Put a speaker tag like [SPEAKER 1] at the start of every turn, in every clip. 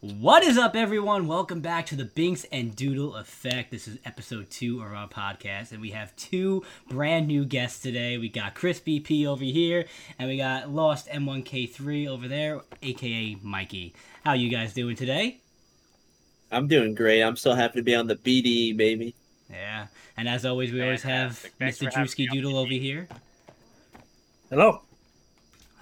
[SPEAKER 1] What is up, everyone? Welcome back to the Binks and Doodle Effect. This is episode two of our podcast, and we have two brand new guests today. We got Chris BP over here, and we got Lost M1K3 over there, aka Mikey. How you guys doing today?
[SPEAKER 2] I'm doing great. I'm so happy to be on the BDE, baby.
[SPEAKER 1] Yeah, and as always, we always have
[SPEAKER 3] Fantastic. Thanks
[SPEAKER 1] Mr.
[SPEAKER 3] for having me
[SPEAKER 1] Drewski
[SPEAKER 3] on,
[SPEAKER 1] Doodle
[SPEAKER 3] BP.
[SPEAKER 1] over here.
[SPEAKER 4] Hello.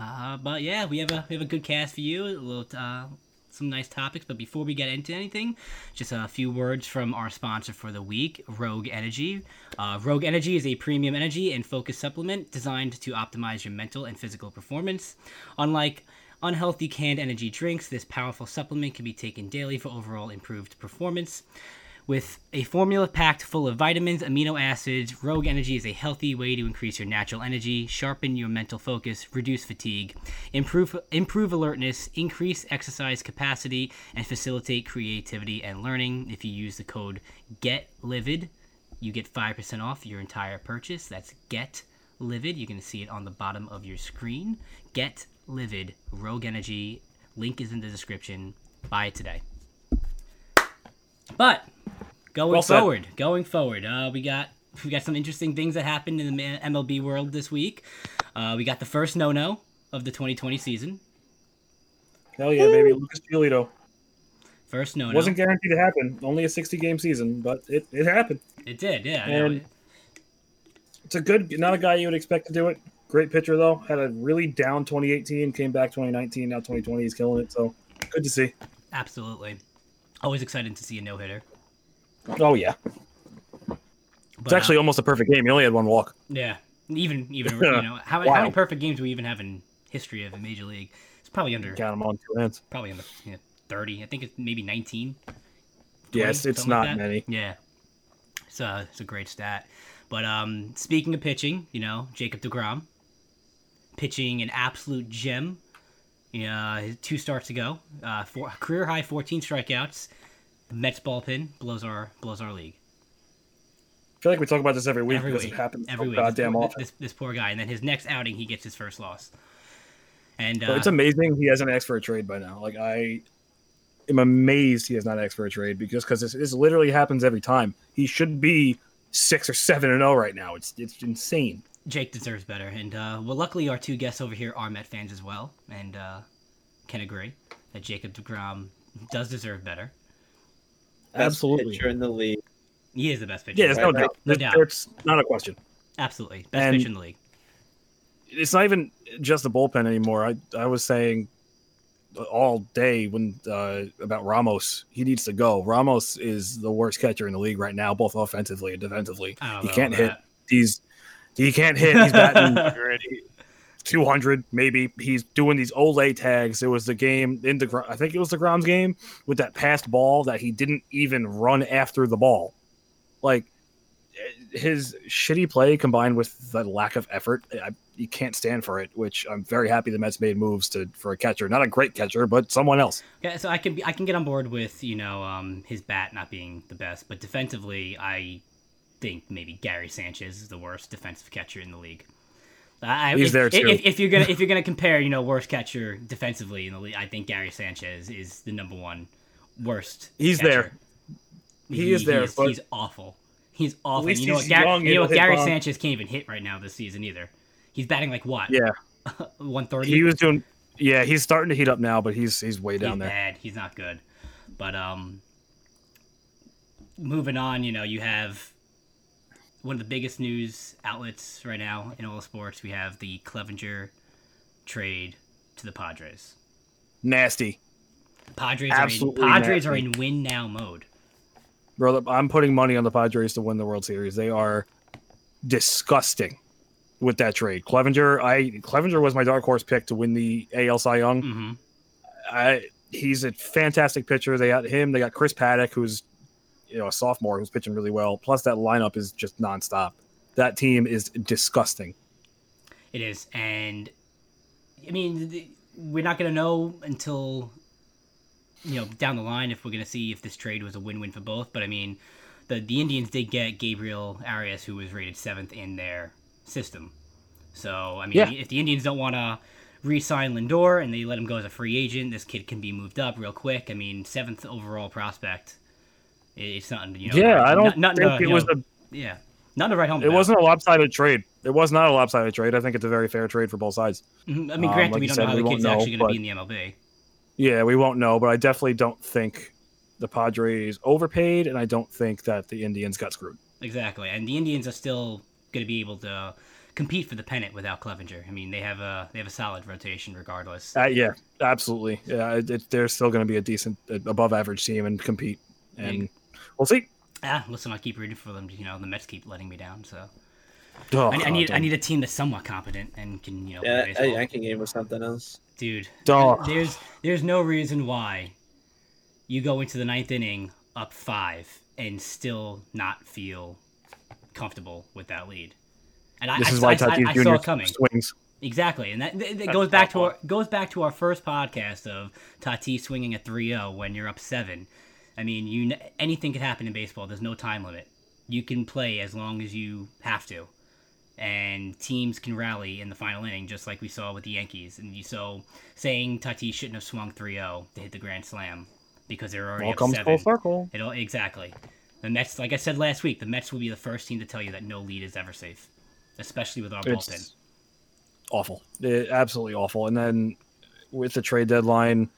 [SPEAKER 1] Uh, but yeah, we have a we have a good cast for you. A little uh, some nice topics. But before we get into anything, just a few words from our sponsor for the week, Rogue Energy. Uh, Rogue Energy is a premium energy and focus supplement designed to optimize your mental and physical performance. Unlike unhealthy canned energy drinks, this powerful supplement can be taken daily for overall improved performance. With a formula packed full of vitamins, amino acids, Rogue Energy is a healthy way to increase your natural energy, sharpen your mental focus, reduce fatigue, improve improve alertness, increase exercise capacity, and facilitate creativity and learning. If you use the code GETLIVID, you get 5% off your entire purchase. That's Get Livid. You can see it on the bottom of your screen. Get Livid, Rogue Energy. Link is in the description. Buy it today. But going
[SPEAKER 4] Well said.
[SPEAKER 1] forward, going forward, uh, we got we got some interesting things that happened in the M- MLB world this week. Uh, we got the first no-no of the 2020 season.
[SPEAKER 4] Hell yeah, baby. Lucas Giolito.
[SPEAKER 1] First no-no.
[SPEAKER 4] Wasn't guaranteed to happen. Only a 60 game season, but it, it happened.
[SPEAKER 1] it did, yeah. I
[SPEAKER 4] And-
[SPEAKER 1] know.
[SPEAKER 4] It's a good, not a guy you would expect to do it. Great pitcher, though. Had a really down 2018, came back 2019, now 2020. He's killing it. So good to see.
[SPEAKER 1] Absolutely. Always excited to see a no-hitter.
[SPEAKER 4] Oh, yeah.
[SPEAKER 1] But,
[SPEAKER 4] It's
[SPEAKER 1] uh,
[SPEAKER 4] actually almost a perfect game. He only had one walk.
[SPEAKER 1] Yeah, even even you know how, how many
[SPEAKER 4] Wild.
[SPEAKER 1] perfect games do we even have in history of the major league? It's probably under
[SPEAKER 4] Count him on two hands.
[SPEAKER 1] probably under you know, thirty. I think it's maybe nineteen.
[SPEAKER 4] Yes,
[SPEAKER 1] 20,
[SPEAKER 4] it's
[SPEAKER 1] something like
[SPEAKER 4] not
[SPEAKER 1] that.
[SPEAKER 4] many.
[SPEAKER 1] Yeah, it's a it's a great stat. But um, speaking of pitching, you know Jacob Degrom pitching an absolute gem. Yeah, his two starts ago, uh, four, career high fourteen strikeouts. The Mets bullpen blows our blows our league.
[SPEAKER 4] I feel like we talk about this every week
[SPEAKER 1] every
[SPEAKER 4] because
[SPEAKER 1] week.
[SPEAKER 4] it happens
[SPEAKER 1] every
[SPEAKER 4] so
[SPEAKER 1] week.
[SPEAKER 4] goddamn
[SPEAKER 1] this, poor-
[SPEAKER 4] often.
[SPEAKER 1] This, this poor guy, and then his next outing, he gets his first loss. And
[SPEAKER 4] But
[SPEAKER 1] uh,
[SPEAKER 4] it's amazing he hasn't asked for a trade by now. Like, I am amazed he has not asked for a trade because cause this, this literally happens every time. He should be six or seven and zero right now. It's it's insane.
[SPEAKER 1] Jake deserves better. And uh, well, luckily, our two guests over here are Met fans as well, and uh, can agree that Jacob Degrom does deserve better.
[SPEAKER 2] Best
[SPEAKER 4] Absolutely.
[SPEAKER 2] pitcher in the league.
[SPEAKER 1] He is the best pitcher.
[SPEAKER 4] Yeah, there's no
[SPEAKER 2] Right,
[SPEAKER 4] doubt.
[SPEAKER 1] no
[SPEAKER 4] There's-
[SPEAKER 1] doubt.
[SPEAKER 4] It's not a question.
[SPEAKER 1] absolutely best
[SPEAKER 4] And-
[SPEAKER 1] pitcher in the league.
[SPEAKER 4] It's not even just the bullpen anymore. I I was saying all day when uh, about Ramos, he needs to go. Ramos is the worst catcher in the league right now, both offensively and defensively.
[SPEAKER 1] I don't
[SPEAKER 4] He
[SPEAKER 1] know
[SPEAKER 4] can't
[SPEAKER 1] about
[SPEAKER 4] hit. He's he can't hit. He's batting
[SPEAKER 1] that.
[SPEAKER 4] 200 maybe he's doing these Olay tags it was the game in the I think it was the Grom's game with that passed ball that he didn't even run after the ball like his shitty play combined with the lack of effort I, you can't stand for it which I'm very happy the Mets made moves to for a catcher not a great catcher but someone else
[SPEAKER 1] Yeah, so I can be, I can get on board with you know um, his bat not being the best, but defensively, I think maybe Gary Sanchez is the worst defensive catcher in the league. I, I-
[SPEAKER 4] He's
[SPEAKER 1] if,
[SPEAKER 4] there,
[SPEAKER 1] if-
[SPEAKER 4] too.
[SPEAKER 1] If, if you're gonna if you're gonna compare, you know, worst catcher defensively in the league, I think Gary Sanchez is the number one worst.
[SPEAKER 4] He's
[SPEAKER 1] catcher.
[SPEAKER 4] there. He is there,
[SPEAKER 1] He's,
[SPEAKER 4] but-
[SPEAKER 1] he's awful. He's awful.
[SPEAKER 4] least
[SPEAKER 1] You know what?
[SPEAKER 4] he's
[SPEAKER 1] Gar-
[SPEAKER 4] young,
[SPEAKER 1] you know
[SPEAKER 4] he'll
[SPEAKER 1] what?
[SPEAKER 4] hit
[SPEAKER 1] Gary
[SPEAKER 4] bomb.
[SPEAKER 1] Sanchez can't even hit right now this season either. He's batting like what?
[SPEAKER 4] Yeah.
[SPEAKER 1] one thirty.
[SPEAKER 4] he was doing yeah he's starting to heat up now but he's he's way down
[SPEAKER 1] he's
[SPEAKER 4] there
[SPEAKER 1] bad. He's not good. But um, moving on, you know, you have one of the biggest news outlets right now in all sports. We have the Clevenger trade to the Padres.
[SPEAKER 4] nasty
[SPEAKER 1] Padres
[SPEAKER 4] Absolutely
[SPEAKER 1] are in, Padres
[SPEAKER 4] nasty.
[SPEAKER 1] are in win now mode.
[SPEAKER 4] brother. I'm putting money on the Padres to win the World Series. They are disgusting with that trade. Clevenger, I Clevenger was my dark horse pick to win the AL Cy Young.
[SPEAKER 1] hmm
[SPEAKER 4] I he's a fantastic pitcher. They got him. They got Chris Paddock, who's you know a sophomore who's pitching really well. Plus that lineup is just nonstop. That team is disgusting.
[SPEAKER 1] It is, and I mean, th- we're not gonna know until you know down the line if we're gonna see if this trade was a win-win for both. But I mean, the the Indians did get Gabriel Arias, who was rated seventh in their system. So I mean,
[SPEAKER 4] Yeah.
[SPEAKER 1] if the Indians don't want to re-sign Lindor and they let him go as a free agent, this kid can be moved up real quick. I mean, seventh overall prospect. It- It's nothing. You know,
[SPEAKER 4] yeah, I
[SPEAKER 1] not-
[SPEAKER 4] don't
[SPEAKER 1] nothing
[SPEAKER 4] think
[SPEAKER 1] to,
[SPEAKER 4] it
[SPEAKER 1] you
[SPEAKER 4] was
[SPEAKER 1] know,
[SPEAKER 4] a
[SPEAKER 1] yeah, nothing to write home.
[SPEAKER 4] it
[SPEAKER 1] about.
[SPEAKER 4] wasn't a lopsided trade. It was not a lopsided trade. I think it's a very fair trade for both sides.
[SPEAKER 1] Mhm. I
[SPEAKER 4] Um,
[SPEAKER 1] mean, granted,
[SPEAKER 4] like
[SPEAKER 1] we
[SPEAKER 4] you
[SPEAKER 1] don't
[SPEAKER 4] said,
[SPEAKER 1] know how
[SPEAKER 4] we
[SPEAKER 1] the
[SPEAKER 4] won't
[SPEAKER 1] kid's
[SPEAKER 4] know,
[SPEAKER 1] actually going to be in the MLB.
[SPEAKER 4] Yeah, we won't know, but I definitely don't think the Padres overpaid, and I don't think that the Indians got screwed.
[SPEAKER 1] Exactly, and the Indians are still going to be able to compete for the pennant without Clevenger. I mean, they have a they have a solid rotation regardless.
[SPEAKER 4] Uh, yeah, absolutely. Yeah, it, it, they're still going to be a decent, uh, above average team and compete, and we'll see.
[SPEAKER 1] Ah, listen, I keep rooting for them. You know, the Mets keep letting me down, so
[SPEAKER 4] Oh,
[SPEAKER 1] I, I
[SPEAKER 4] God,
[SPEAKER 1] need I
[SPEAKER 4] dude.
[SPEAKER 1] need a team that's somewhat competent and can you know play
[SPEAKER 2] Yeah,
[SPEAKER 1] baseball.
[SPEAKER 2] I, I can game with something else.
[SPEAKER 1] dude.
[SPEAKER 4] Dog.
[SPEAKER 1] There's there's no reason why you go into the ninth inning up five and still not feel comfortable with that lead. And I,
[SPEAKER 4] This
[SPEAKER 1] I,
[SPEAKER 4] is
[SPEAKER 1] saw-
[SPEAKER 4] why
[SPEAKER 1] I, saw- I
[SPEAKER 4] Tatis
[SPEAKER 1] saw it
[SPEAKER 4] Jr.
[SPEAKER 1] coming.
[SPEAKER 4] swings.
[SPEAKER 1] Exactly, and that, that, that
[SPEAKER 4] That's
[SPEAKER 1] goes back
[SPEAKER 4] tough
[SPEAKER 1] to our, goes back to our first podcast of Tatis swinging at 3-0 when you're up seven. I mean, you kn- anything can happen in baseball. There's no time limit. You can play as long as you have to, and teams can rally in the final inning, just like we saw with the Yankees. And you so saying Tatis shouldn't have swung 3-0 to hit the grand slam because they're already
[SPEAKER 4] All
[SPEAKER 1] up
[SPEAKER 4] comes
[SPEAKER 1] seven.
[SPEAKER 4] full circle.
[SPEAKER 1] It all exactly. The Mets, like I said last week, the Mets will be the first team to tell you that no lead is ever safe, especially with our bullpen.
[SPEAKER 4] It's awful. It- absolutely awful. And then with the trade deadline,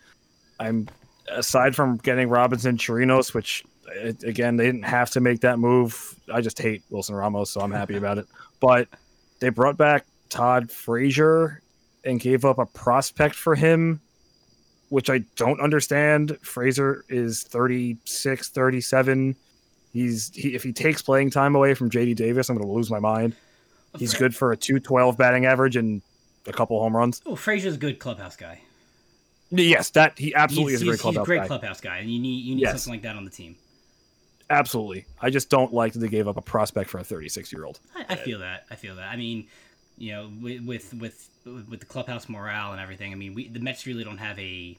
[SPEAKER 4] I'm aside from getting Robinson Chirinos, which uh, again they didn't have to make that move. I just hate Wilson Ramos, so I'm happy about it. But they brought back Todd Frazier and gave up a prospect for him, which I don't understand. Frazier is 36, 37. He's he, if he takes playing time away from JD Davis, I'm going to lose my mind. He's good for a 212 batting average and a couple home runs.
[SPEAKER 1] Oh, Frazier's a good clubhouse guy.
[SPEAKER 4] Yes, that he absolutely
[SPEAKER 1] he's,
[SPEAKER 4] is a
[SPEAKER 1] he's, he's
[SPEAKER 4] great clubhouse
[SPEAKER 1] a great
[SPEAKER 4] guy.
[SPEAKER 1] clubhouse guy, and you need you need
[SPEAKER 4] Yes.
[SPEAKER 1] something like that on the team.
[SPEAKER 4] Absolutely. I just don't like that they gave up a prospect for a 36 year old.
[SPEAKER 1] I, I feel that. I feel that. I mean, you know, with with with, with the clubhouse morale and everything. I mean, we, the Mets really don't have a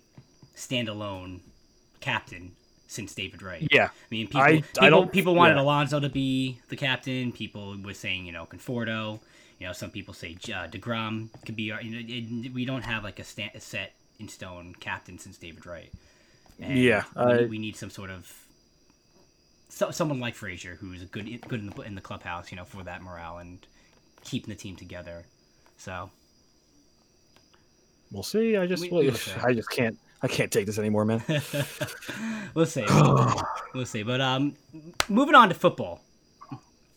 [SPEAKER 1] standalone captain since David Wright.
[SPEAKER 4] Yeah,
[SPEAKER 1] I mean, people
[SPEAKER 4] I
[SPEAKER 1] people,
[SPEAKER 4] don't-
[SPEAKER 1] people wanted
[SPEAKER 4] yeah.
[SPEAKER 1] Alonso to be the captain. People were saying, you know, Conforto. You know, some people say uh, Degrom could be. Our, you know, it, we don't have like a, sta a set in stone captain since David Wright.
[SPEAKER 4] Yeah,
[SPEAKER 1] we,
[SPEAKER 4] I-
[SPEAKER 1] we need some sort of so, someone like Frazier who's good good in the in the clubhouse. You know, for that morale and keeping the team together. So
[SPEAKER 4] we'll see. I just
[SPEAKER 1] We- we'll see.
[SPEAKER 4] I just can't I can't take this anymore, man.
[SPEAKER 1] we'll see. we'll see. But um, moving on to football,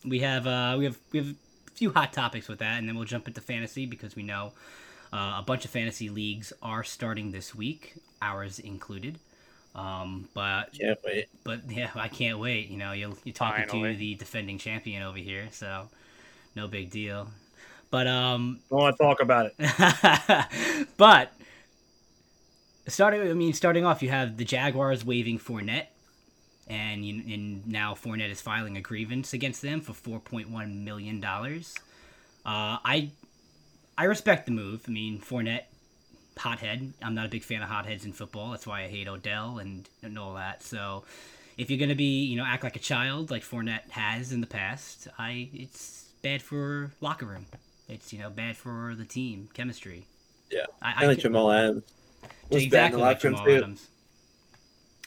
[SPEAKER 1] we have uh, we have we have a few hot topics with that, and then we'll jump into fantasy because we know uh, a bunch of fantasy leagues are starting this week, ours included. Um, but
[SPEAKER 2] Can't wait.
[SPEAKER 1] but yeah, I can't wait. You know, you're, you're talking
[SPEAKER 3] Finally.
[SPEAKER 1] to the defending champion over here, so no big deal. But um,
[SPEAKER 4] Don't want to talk about it.
[SPEAKER 1] but starting, I mean, starting off, you have the Jaguars waiving Fournette, and you, and now Fournette is filing a grievance against them for four point one million dollars. Uh, I I respect the move. I mean, Fournette, hothead. I'm not a big fan of hotheads in football. That's why I hate Odell and, and all that. So. If you're gonna be, you know, act like a child, like Fournette has in the past, I it's bad for locker room. It's you know bad for the team chemistry.
[SPEAKER 2] Yeah.
[SPEAKER 1] I,
[SPEAKER 2] I
[SPEAKER 1] I
[SPEAKER 2] like
[SPEAKER 1] can-
[SPEAKER 2] Jamal Adams. Was bad in
[SPEAKER 1] exactly
[SPEAKER 2] the
[SPEAKER 1] like
[SPEAKER 2] locker room
[SPEAKER 1] Jamal
[SPEAKER 2] too.
[SPEAKER 1] Adams.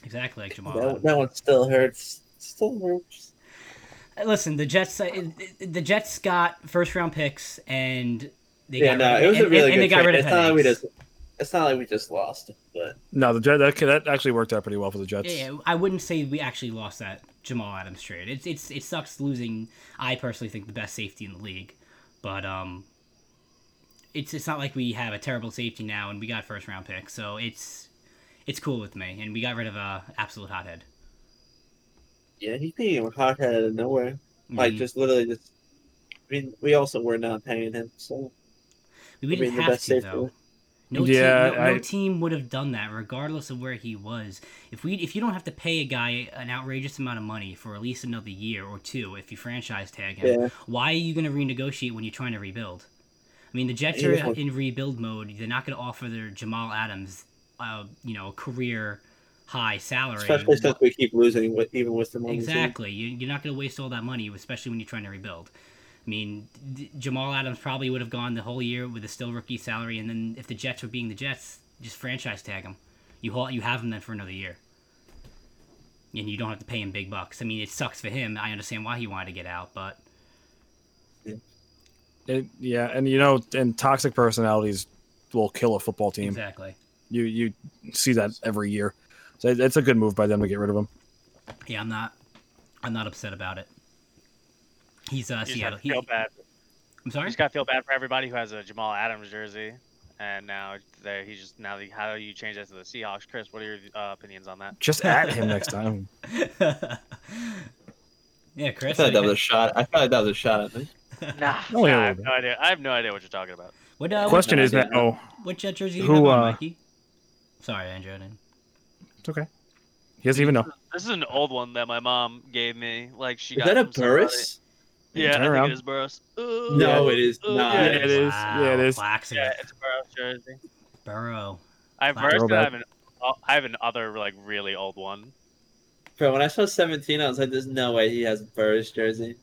[SPEAKER 1] Exactly like Jamal
[SPEAKER 2] That,
[SPEAKER 1] Adams.
[SPEAKER 2] that one still hurts. Still hurts.
[SPEAKER 1] Listen, the Jets, uh, the Jets got first round picks, and they
[SPEAKER 2] yeah,
[SPEAKER 1] got
[SPEAKER 2] no,
[SPEAKER 1] rid-
[SPEAKER 2] it was
[SPEAKER 1] and,
[SPEAKER 2] a really
[SPEAKER 1] and, and they
[SPEAKER 2] good
[SPEAKER 1] got
[SPEAKER 2] trade.
[SPEAKER 1] rid of
[SPEAKER 2] It's not like we
[SPEAKER 1] headaches.
[SPEAKER 2] just. It's not like we just lost, but
[SPEAKER 4] No, the Jet that, that actually worked out pretty well for the Jets.
[SPEAKER 1] Yeah, yeah, I wouldn't say we actually lost that Jamal Adams trade. It's it's it sucks losing. I personally think the best safety in the league, but um, it's it's not like we have a terrible safety now, and we got first round pick, so it's it's cool with me, and we got rid of a absolute hothead.
[SPEAKER 2] yeah, he's being a hothead out of nowhere. Like
[SPEAKER 1] Mhm.
[SPEAKER 2] just literally just. I mean, we also were not paying him, so
[SPEAKER 1] we
[SPEAKER 2] I
[SPEAKER 1] didn't
[SPEAKER 2] mean, the
[SPEAKER 1] have
[SPEAKER 2] best
[SPEAKER 1] to
[SPEAKER 2] safety.
[SPEAKER 1] though. No
[SPEAKER 4] Yeah,
[SPEAKER 1] team, no, no
[SPEAKER 4] I-
[SPEAKER 1] team would have done that, regardless of where he was. If we, if you don't have to pay a guy an outrageous amount of money for at least another year or two, if you franchise tag him,
[SPEAKER 2] yeah,
[SPEAKER 1] why are you going to renegotiate when you're trying to rebuild? I mean, the Jets
[SPEAKER 2] Yeah,
[SPEAKER 1] are
[SPEAKER 2] like-
[SPEAKER 1] in rebuild mode. They're not going to offer their Jamal Adams, uh, you know, career high salary.
[SPEAKER 2] especially since we keep losing with even with them on the team.
[SPEAKER 1] Exactly. You, you're not going to waste all that money, especially when you're trying to rebuild. I I mean, D- Jamal Adams probably would have gone the whole year with a still rookie salary, and then if the Jets were being the Jets, just franchise tag him. You haul, you have him then for another year, and you don't have to pay him big bucks. I mean, it sucks for him. I understand why he wanted to get out, but
[SPEAKER 4] It, yeah, and you know, and toxic personalities will kill a football team.
[SPEAKER 1] exactly.
[SPEAKER 4] You you see that every year. So it- it's a good move by them to get rid of him.
[SPEAKER 1] Yeah, I'm not. I'm not upset about it. He's uh,
[SPEAKER 3] You just have
[SPEAKER 1] Seattle.
[SPEAKER 3] to
[SPEAKER 1] He,
[SPEAKER 3] feel bad.
[SPEAKER 1] I'm
[SPEAKER 3] You
[SPEAKER 1] sorry.
[SPEAKER 3] just gotta feel bad for everybody who has a Jamal Adams jersey, and now they he's just now the, how do you change that to the Seahawks? Chris, what are your uh, opinions on that?
[SPEAKER 4] Just at him next time.
[SPEAKER 1] yeah,
[SPEAKER 2] I
[SPEAKER 1] Chris.
[SPEAKER 2] thought that
[SPEAKER 1] what-
[SPEAKER 2] was a shot. I thought that was a shot at me.
[SPEAKER 3] Nah,
[SPEAKER 4] Oh, yeah,
[SPEAKER 3] nah,
[SPEAKER 4] a
[SPEAKER 3] I have
[SPEAKER 4] little
[SPEAKER 3] no idea. I have no idea what you're talking about.
[SPEAKER 1] What, uh, what,
[SPEAKER 4] Question is oh, now.
[SPEAKER 1] what jet jersey
[SPEAKER 4] Who,
[SPEAKER 1] you have on,
[SPEAKER 4] uh,
[SPEAKER 1] Mikey? Sorry, Andrew. I didn't-
[SPEAKER 4] It's okay. He doesn't even know.
[SPEAKER 3] This is an old one that my mom gave me. Like she
[SPEAKER 2] Is
[SPEAKER 3] got
[SPEAKER 2] that a
[SPEAKER 3] from somebody.
[SPEAKER 2] Burris?
[SPEAKER 3] Yeah,
[SPEAKER 4] Turn
[SPEAKER 3] I think
[SPEAKER 4] around.
[SPEAKER 3] it is Burris.
[SPEAKER 2] No, it is
[SPEAKER 3] Oh,
[SPEAKER 2] not.
[SPEAKER 3] yeah, it
[SPEAKER 4] is.
[SPEAKER 1] Wow,
[SPEAKER 4] Yeah, it is.
[SPEAKER 1] Flaxer.
[SPEAKER 3] yeah, it's a Burris jersey.
[SPEAKER 1] Burrow.
[SPEAKER 3] I've
[SPEAKER 1] Wow.
[SPEAKER 3] Burris. and I
[SPEAKER 4] Throwback.
[SPEAKER 3] have an I have an other like really old one.
[SPEAKER 2] Bro, when I saw 17, I was like, there's no way he has a Burris jersey.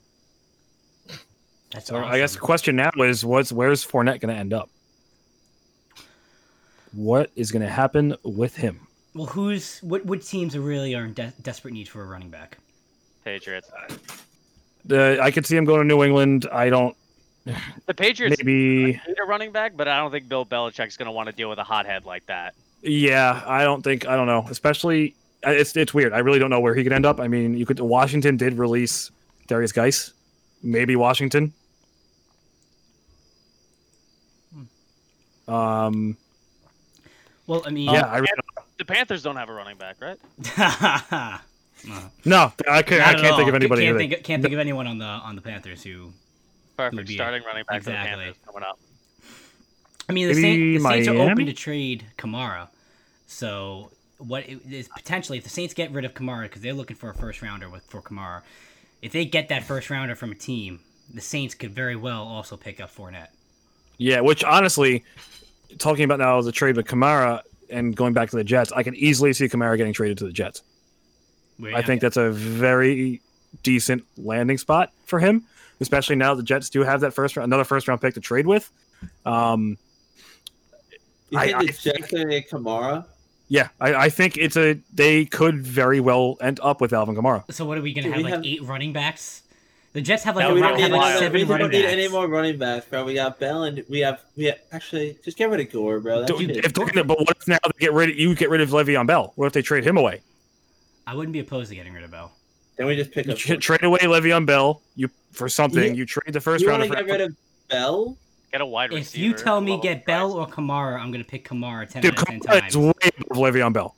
[SPEAKER 1] That's
[SPEAKER 4] So I guess the
[SPEAKER 1] awesome.
[SPEAKER 4] question now is what's where's Fournette gonna end up? What is gonna happen with him?
[SPEAKER 1] Well, who's what? What teams are really are in de- desperate need for a running back?
[SPEAKER 3] Patriots.
[SPEAKER 4] The, I could see him going to New England. I don't
[SPEAKER 3] The Patriots
[SPEAKER 4] maybe
[SPEAKER 3] need a running back, but I don't think Bill Belichick's gonna want to deal with a hothead like that.
[SPEAKER 4] Yeah, I don't think I don't know. Especially I- it's it's weird. I really don't know where he could end up. I mean, you could Washington did release Darius Geis, maybe Washington.
[SPEAKER 1] Hmm.
[SPEAKER 4] Um.
[SPEAKER 1] Well, I mean,
[SPEAKER 4] Yeah, I really
[SPEAKER 3] The Panthers don't have a running back, right?
[SPEAKER 1] No,
[SPEAKER 4] don't- no,
[SPEAKER 1] not
[SPEAKER 4] I can't. I
[SPEAKER 1] at
[SPEAKER 4] can't
[SPEAKER 1] all.
[SPEAKER 4] think of anybody.
[SPEAKER 1] Can't
[SPEAKER 4] either.
[SPEAKER 1] think, can't think of anyone on the on the Panthers who. Would
[SPEAKER 3] Perfect.
[SPEAKER 1] be-
[SPEAKER 3] Starting running back for the
[SPEAKER 1] exactly.
[SPEAKER 3] Panthers coming up.
[SPEAKER 1] I mean, the,
[SPEAKER 4] Maybe
[SPEAKER 1] Saint, the Saints are open
[SPEAKER 4] Miami?
[SPEAKER 1] to trade Kamara, so what it is potentially if the Saints get rid of Kamara because they're looking for a first rounder with for Kamara, if they get that first rounder from a team, the Saints could very well also pick up Fournette.
[SPEAKER 4] Yeah, which honestly, talking about now the trade with Kamara and going back to the Jets, I can easily see Kamara getting traded to the Jets.
[SPEAKER 1] Where-
[SPEAKER 4] I think that's a very decent landing spot for him, especially now the Jets do have that first round, another first round pick to trade with. Um,
[SPEAKER 2] You
[SPEAKER 4] I-
[SPEAKER 2] think
[SPEAKER 4] I
[SPEAKER 2] the Jets are gonna get Kamara?
[SPEAKER 4] yeah, I, I think it's a they could very well end up with Alvin Kamara.
[SPEAKER 1] So what are we gonna
[SPEAKER 2] Do
[SPEAKER 1] have
[SPEAKER 2] we
[SPEAKER 1] like
[SPEAKER 2] have-
[SPEAKER 1] eight running backs? The Jets have like
[SPEAKER 3] No,
[SPEAKER 1] a
[SPEAKER 2] we
[SPEAKER 1] run-
[SPEAKER 2] don't need,
[SPEAKER 1] have like
[SPEAKER 3] another-
[SPEAKER 2] any,
[SPEAKER 1] seven
[SPEAKER 2] we
[SPEAKER 1] running
[SPEAKER 2] don't need
[SPEAKER 1] backs.
[SPEAKER 2] any more running backs, bro. We got Bell and we have we have, actually just get rid of Gore, bro. That
[SPEAKER 4] Don't-
[SPEAKER 2] shit is-
[SPEAKER 4] if, don't- but what if now they get rid of you get rid of Le'Veon Bell? What if they trade him away?
[SPEAKER 1] I wouldn't be opposed to getting rid of Bell.
[SPEAKER 2] then we just pick
[SPEAKER 4] You
[SPEAKER 2] up.
[SPEAKER 4] tra- trade away Le'Veon Bell you for something.
[SPEAKER 2] You-
[SPEAKER 4] You trade the first
[SPEAKER 2] you
[SPEAKER 4] round
[SPEAKER 2] want to get rid of Bell?
[SPEAKER 3] Get a wide
[SPEAKER 1] If
[SPEAKER 3] receiver.
[SPEAKER 1] you tell me
[SPEAKER 3] level
[SPEAKER 1] get
[SPEAKER 3] price.
[SPEAKER 1] Bell or Kamara, I'm gonna pick Kamara ten
[SPEAKER 4] Dude,
[SPEAKER 1] out of ten
[SPEAKER 4] Kamara
[SPEAKER 1] times.
[SPEAKER 4] is way above Le'Veon Bell.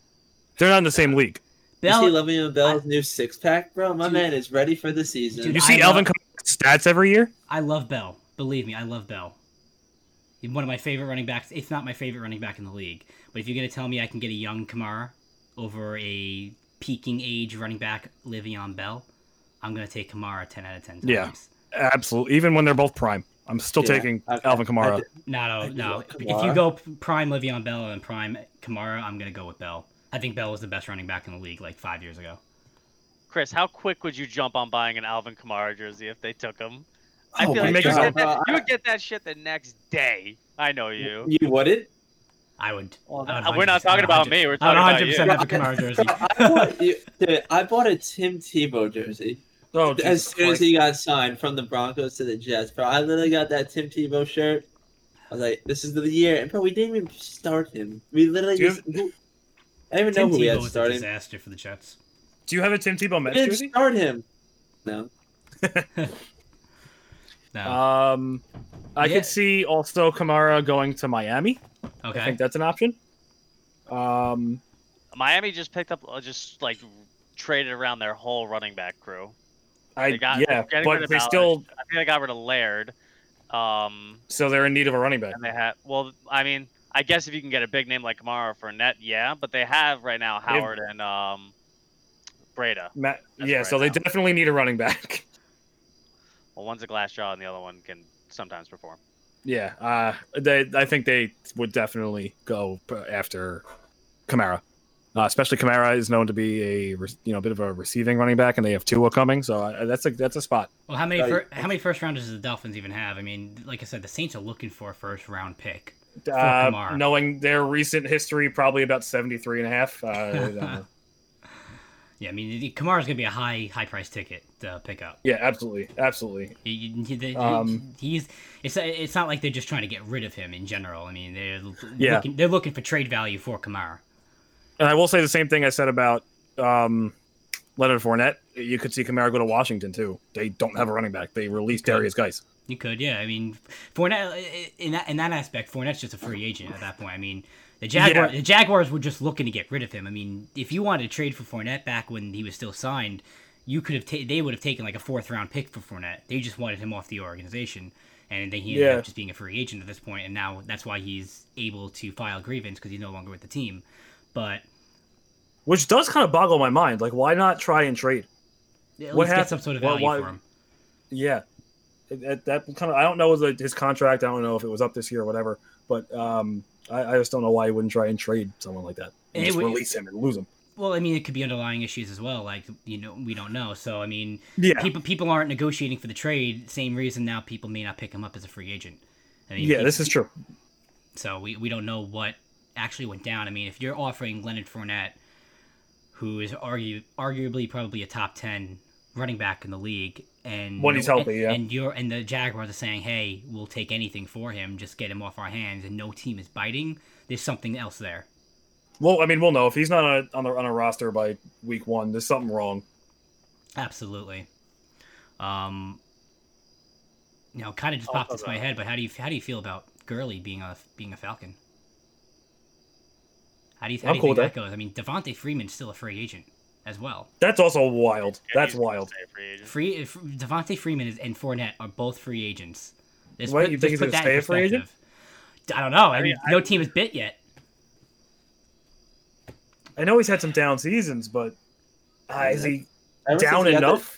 [SPEAKER 4] They're not in the same league.
[SPEAKER 2] you see
[SPEAKER 1] Bell,
[SPEAKER 2] Le'Veon Bell's new six pack, bro. My
[SPEAKER 1] Dude.
[SPEAKER 2] man is ready for the season.
[SPEAKER 1] Dude,
[SPEAKER 4] You see
[SPEAKER 1] I love-
[SPEAKER 4] Alvin Kamara's stats every year.
[SPEAKER 1] I love Bell. Believe me, I love Bell. He's one of my favorite running backs. It's not my favorite running back in the league, but if you're gonna tell me I can get a young Kamara over a peaking age running back Le'Veon Bell, I'm gonna take Kamara ten out of ten times.
[SPEAKER 4] Yeah. Absolutely. Even when they're both prime, I'm still
[SPEAKER 2] Yeah,
[SPEAKER 4] taking
[SPEAKER 2] I-
[SPEAKER 4] Alvin
[SPEAKER 2] I
[SPEAKER 4] Kamara.
[SPEAKER 2] did-
[SPEAKER 1] No,
[SPEAKER 2] I
[SPEAKER 1] no,
[SPEAKER 2] do
[SPEAKER 1] no.
[SPEAKER 2] like
[SPEAKER 1] If you
[SPEAKER 2] Kamara.
[SPEAKER 1] go prime Le'Veon Bell and prime Kamara, I'm gonna go with Bell. I think Bell was the best running back in the league like five years ago.
[SPEAKER 3] Chris, how quick would you jump on buying an Alvin Kamara jersey if they took him?
[SPEAKER 2] Oh
[SPEAKER 4] my
[SPEAKER 3] you
[SPEAKER 4] God,
[SPEAKER 3] would, get
[SPEAKER 2] bro,
[SPEAKER 3] that,
[SPEAKER 2] I-
[SPEAKER 3] you would get that shit the next day. I know you.
[SPEAKER 2] You wouldn't?
[SPEAKER 1] I would.
[SPEAKER 3] Uh, we're not talking about me. We're
[SPEAKER 1] I would
[SPEAKER 3] talking about
[SPEAKER 1] 100
[SPEAKER 3] you.
[SPEAKER 1] percent have a Kamara jersey.
[SPEAKER 2] I bought, you, dude, I bought a Tim Tebow jersey
[SPEAKER 4] Oh,
[SPEAKER 2] as soon as he got signed from the Broncos to the Jets, bro. I literally got that Tim Tebow shirt. I was like, this is the year. And, bro, we didn't even start him. We literally
[SPEAKER 4] Do you
[SPEAKER 2] just. I don't even
[SPEAKER 1] Tim
[SPEAKER 2] know who we
[SPEAKER 1] Tebow
[SPEAKER 2] had
[SPEAKER 1] was a
[SPEAKER 2] starting.
[SPEAKER 1] disaster for the Jets.
[SPEAKER 4] Do you have a Tim Tebow
[SPEAKER 2] We
[SPEAKER 4] Mets
[SPEAKER 2] didn't
[SPEAKER 4] jersey?
[SPEAKER 2] start him. No. Uh,
[SPEAKER 1] No.
[SPEAKER 4] Um, I
[SPEAKER 1] Yeah.
[SPEAKER 4] could see also Kamara going to Miami. I
[SPEAKER 1] okay.
[SPEAKER 4] think that's an option. Um,
[SPEAKER 3] Miami just picked up, uh, just like traded around their whole running back crew.
[SPEAKER 4] I
[SPEAKER 3] They got-
[SPEAKER 4] yeah,
[SPEAKER 3] getting rid
[SPEAKER 4] but
[SPEAKER 3] of
[SPEAKER 4] they
[SPEAKER 3] Ballard.
[SPEAKER 4] still
[SPEAKER 3] I think they got rid of Laird. Um,
[SPEAKER 4] so they're in need of a running back.
[SPEAKER 3] and they have. Well, I mean, I guess if you can get a big name like Kamara for net, yeah. But they have right now
[SPEAKER 4] have-
[SPEAKER 3] Howard and um, Breda.
[SPEAKER 4] Matt,
[SPEAKER 3] That's
[SPEAKER 4] yeah,
[SPEAKER 3] right
[SPEAKER 4] so they
[SPEAKER 3] now.
[SPEAKER 4] definitely need a running back.
[SPEAKER 3] Well, one's a glass jaw and the other one can sometimes perform.
[SPEAKER 4] yeah, uh, they I think they would definitely go p- after Kamara. Uh, especially Kamara is known to be a re- you know a bit of a receiving running back, and they have Tua coming, so I, that's a that's a spot.
[SPEAKER 1] Well, how many
[SPEAKER 2] Right.
[SPEAKER 1] fir- how many first rounders does the Dolphins even have? I mean, like I said, the Saints are looking for a first round pick.
[SPEAKER 4] Uh,
[SPEAKER 1] Kamara.
[SPEAKER 4] knowing their recent history, probably about 73 and a half. Uh, I don't know.
[SPEAKER 1] Yeah, I mean, the- Kamara's gonna be a high high price ticket to pick up.
[SPEAKER 4] yeah, absolutely, absolutely.
[SPEAKER 1] He- he- he- they-
[SPEAKER 4] Um,
[SPEAKER 1] he's it's it's not like they're just trying to get rid of him in general. I mean, they're l-
[SPEAKER 4] Yeah.
[SPEAKER 1] looking, they're looking for trade value for Kamara.
[SPEAKER 4] And I will say the same thing I said about um, Leonard Fournette. You could see Kamara go to Washington too. They don't have a running back. They released Darius Geis.
[SPEAKER 1] You could, yeah. I mean, Fournette i- in that in that aspect, Fournette's just a free agent at that point. I mean, the Jaguar
[SPEAKER 4] Yeah.
[SPEAKER 1] the Jaguars were just looking to get rid of him. I mean, if you wanted to trade for Fournette back when he was still signed, you could have ta- they would have taken like a fourth round pick for Fournette. They just wanted him off the organization, and then he ended
[SPEAKER 4] Yeah.
[SPEAKER 1] up just being a free agent at this point, and now that's why he's able to file grievance because he's no longer with the team. But
[SPEAKER 4] which does kind of boggle my mind. Like, why not try and trade?
[SPEAKER 1] at
[SPEAKER 4] What
[SPEAKER 1] least get
[SPEAKER 4] hap-
[SPEAKER 1] some sort of
[SPEAKER 4] why-
[SPEAKER 1] value
[SPEAKER 4] why-
[SPEAKER 1] for him.
[SPEAKER 4] Yeah, It- it- that kind of. I don't know the, his contract. I don't know if it was up this year or whatever. But um, I, I just don't know why he wouldn't try and trade someone like that.
[SPEAKER 1] And
[SPEAKER 4] And
[SPEAKER 1] it
[SPEAKER 4] just
[SPEAKER 1] would-
[SPEAKER 4] release him and lose him.
[SPEAKER 1] Well, I mean, it could be underlying issues as well. Like you know, we don't know. So I mean.
[SPEAKER 4] Yeah,
[SPEAKER 1] people people aren't negotiating for the trade. Same reason now people may not pick him up as a free agent. I mean,
[SPEAKER 4] yeah,
[SPEAKER 1] he-
[SPEAKER 4] this is true.
[SPEAKER 1] so we, we don't know what actually went down. I mean, if you're offering Leonard Fournette, who is argu- arguably probably a top ten running back in the league, and
[SPEAKER 4] When he's healthy,
[SPEAKER 1] and,
[SPEAKER 4] yeah.
[SPEAKER 1] and you're and the Jaguars are saying, hey, we'll take anything for him, just get him off our hands, and no team is biting. There's something else there.
[SPEAKER 4] Well, I mean, we'll know if he's not on a, on a, on a roster by week one. There's something wrong.
[SPEAKER 1] Absolutely. Um, you know, kind of just
[SPEAKER 4] Also
[SPEAKER 1] popped into my
[SPEAKER 4] the-
[SPEAKER 1] head, but how do you how do you feel about Gurley being a being a Falcon? How do you, how
[SPEAKER 4] I'm
[SPEAKER 1] do you
[SPEAKER 4] cool
[SPEAKER 1] think
[SPEAKER 4] with
[SPEAKER 1] that goes? I mean, Devontae Freeman's still a free agent as well.
[SPEAKER 4] That's also wild.
[SPEAKER 3] Yeah,
[SPEAKER 4] That's
[SPEAKER 3] he's gonna
[SPEAKER 4] wild.
[SPEAKER 3] stay a free agent.
[SPEAKER 1] Free if- Devontae Freeman is, and Fournette are both free agents. Let's
[SPEAKER 4] What,
[SPEAKER 1] put-
[SPEAKER 4] you
[SPEAKER 1] let's
[SPEAKER 4] think he's
[SPEAKER 1] put
[SPEAKER 4] gonna
[SPEAKER 1] that in
[SPEAKER 4] stay a free agent?
[SPEAKER 1] perspective. I don't know. I
[SPEAKER 3] I
[SPEAKER 1] mean,
[SPEAKER 3] mean,
[SPEAKER 1] no team is bit yet.
[SPEAKER 4] I know he's had some down seasons, but uh, is he
[SPEAKER 2] Ever since
[SPEAKER 4] down
[SPEAKER 2] he got that-
[SPEAKER 4] enough?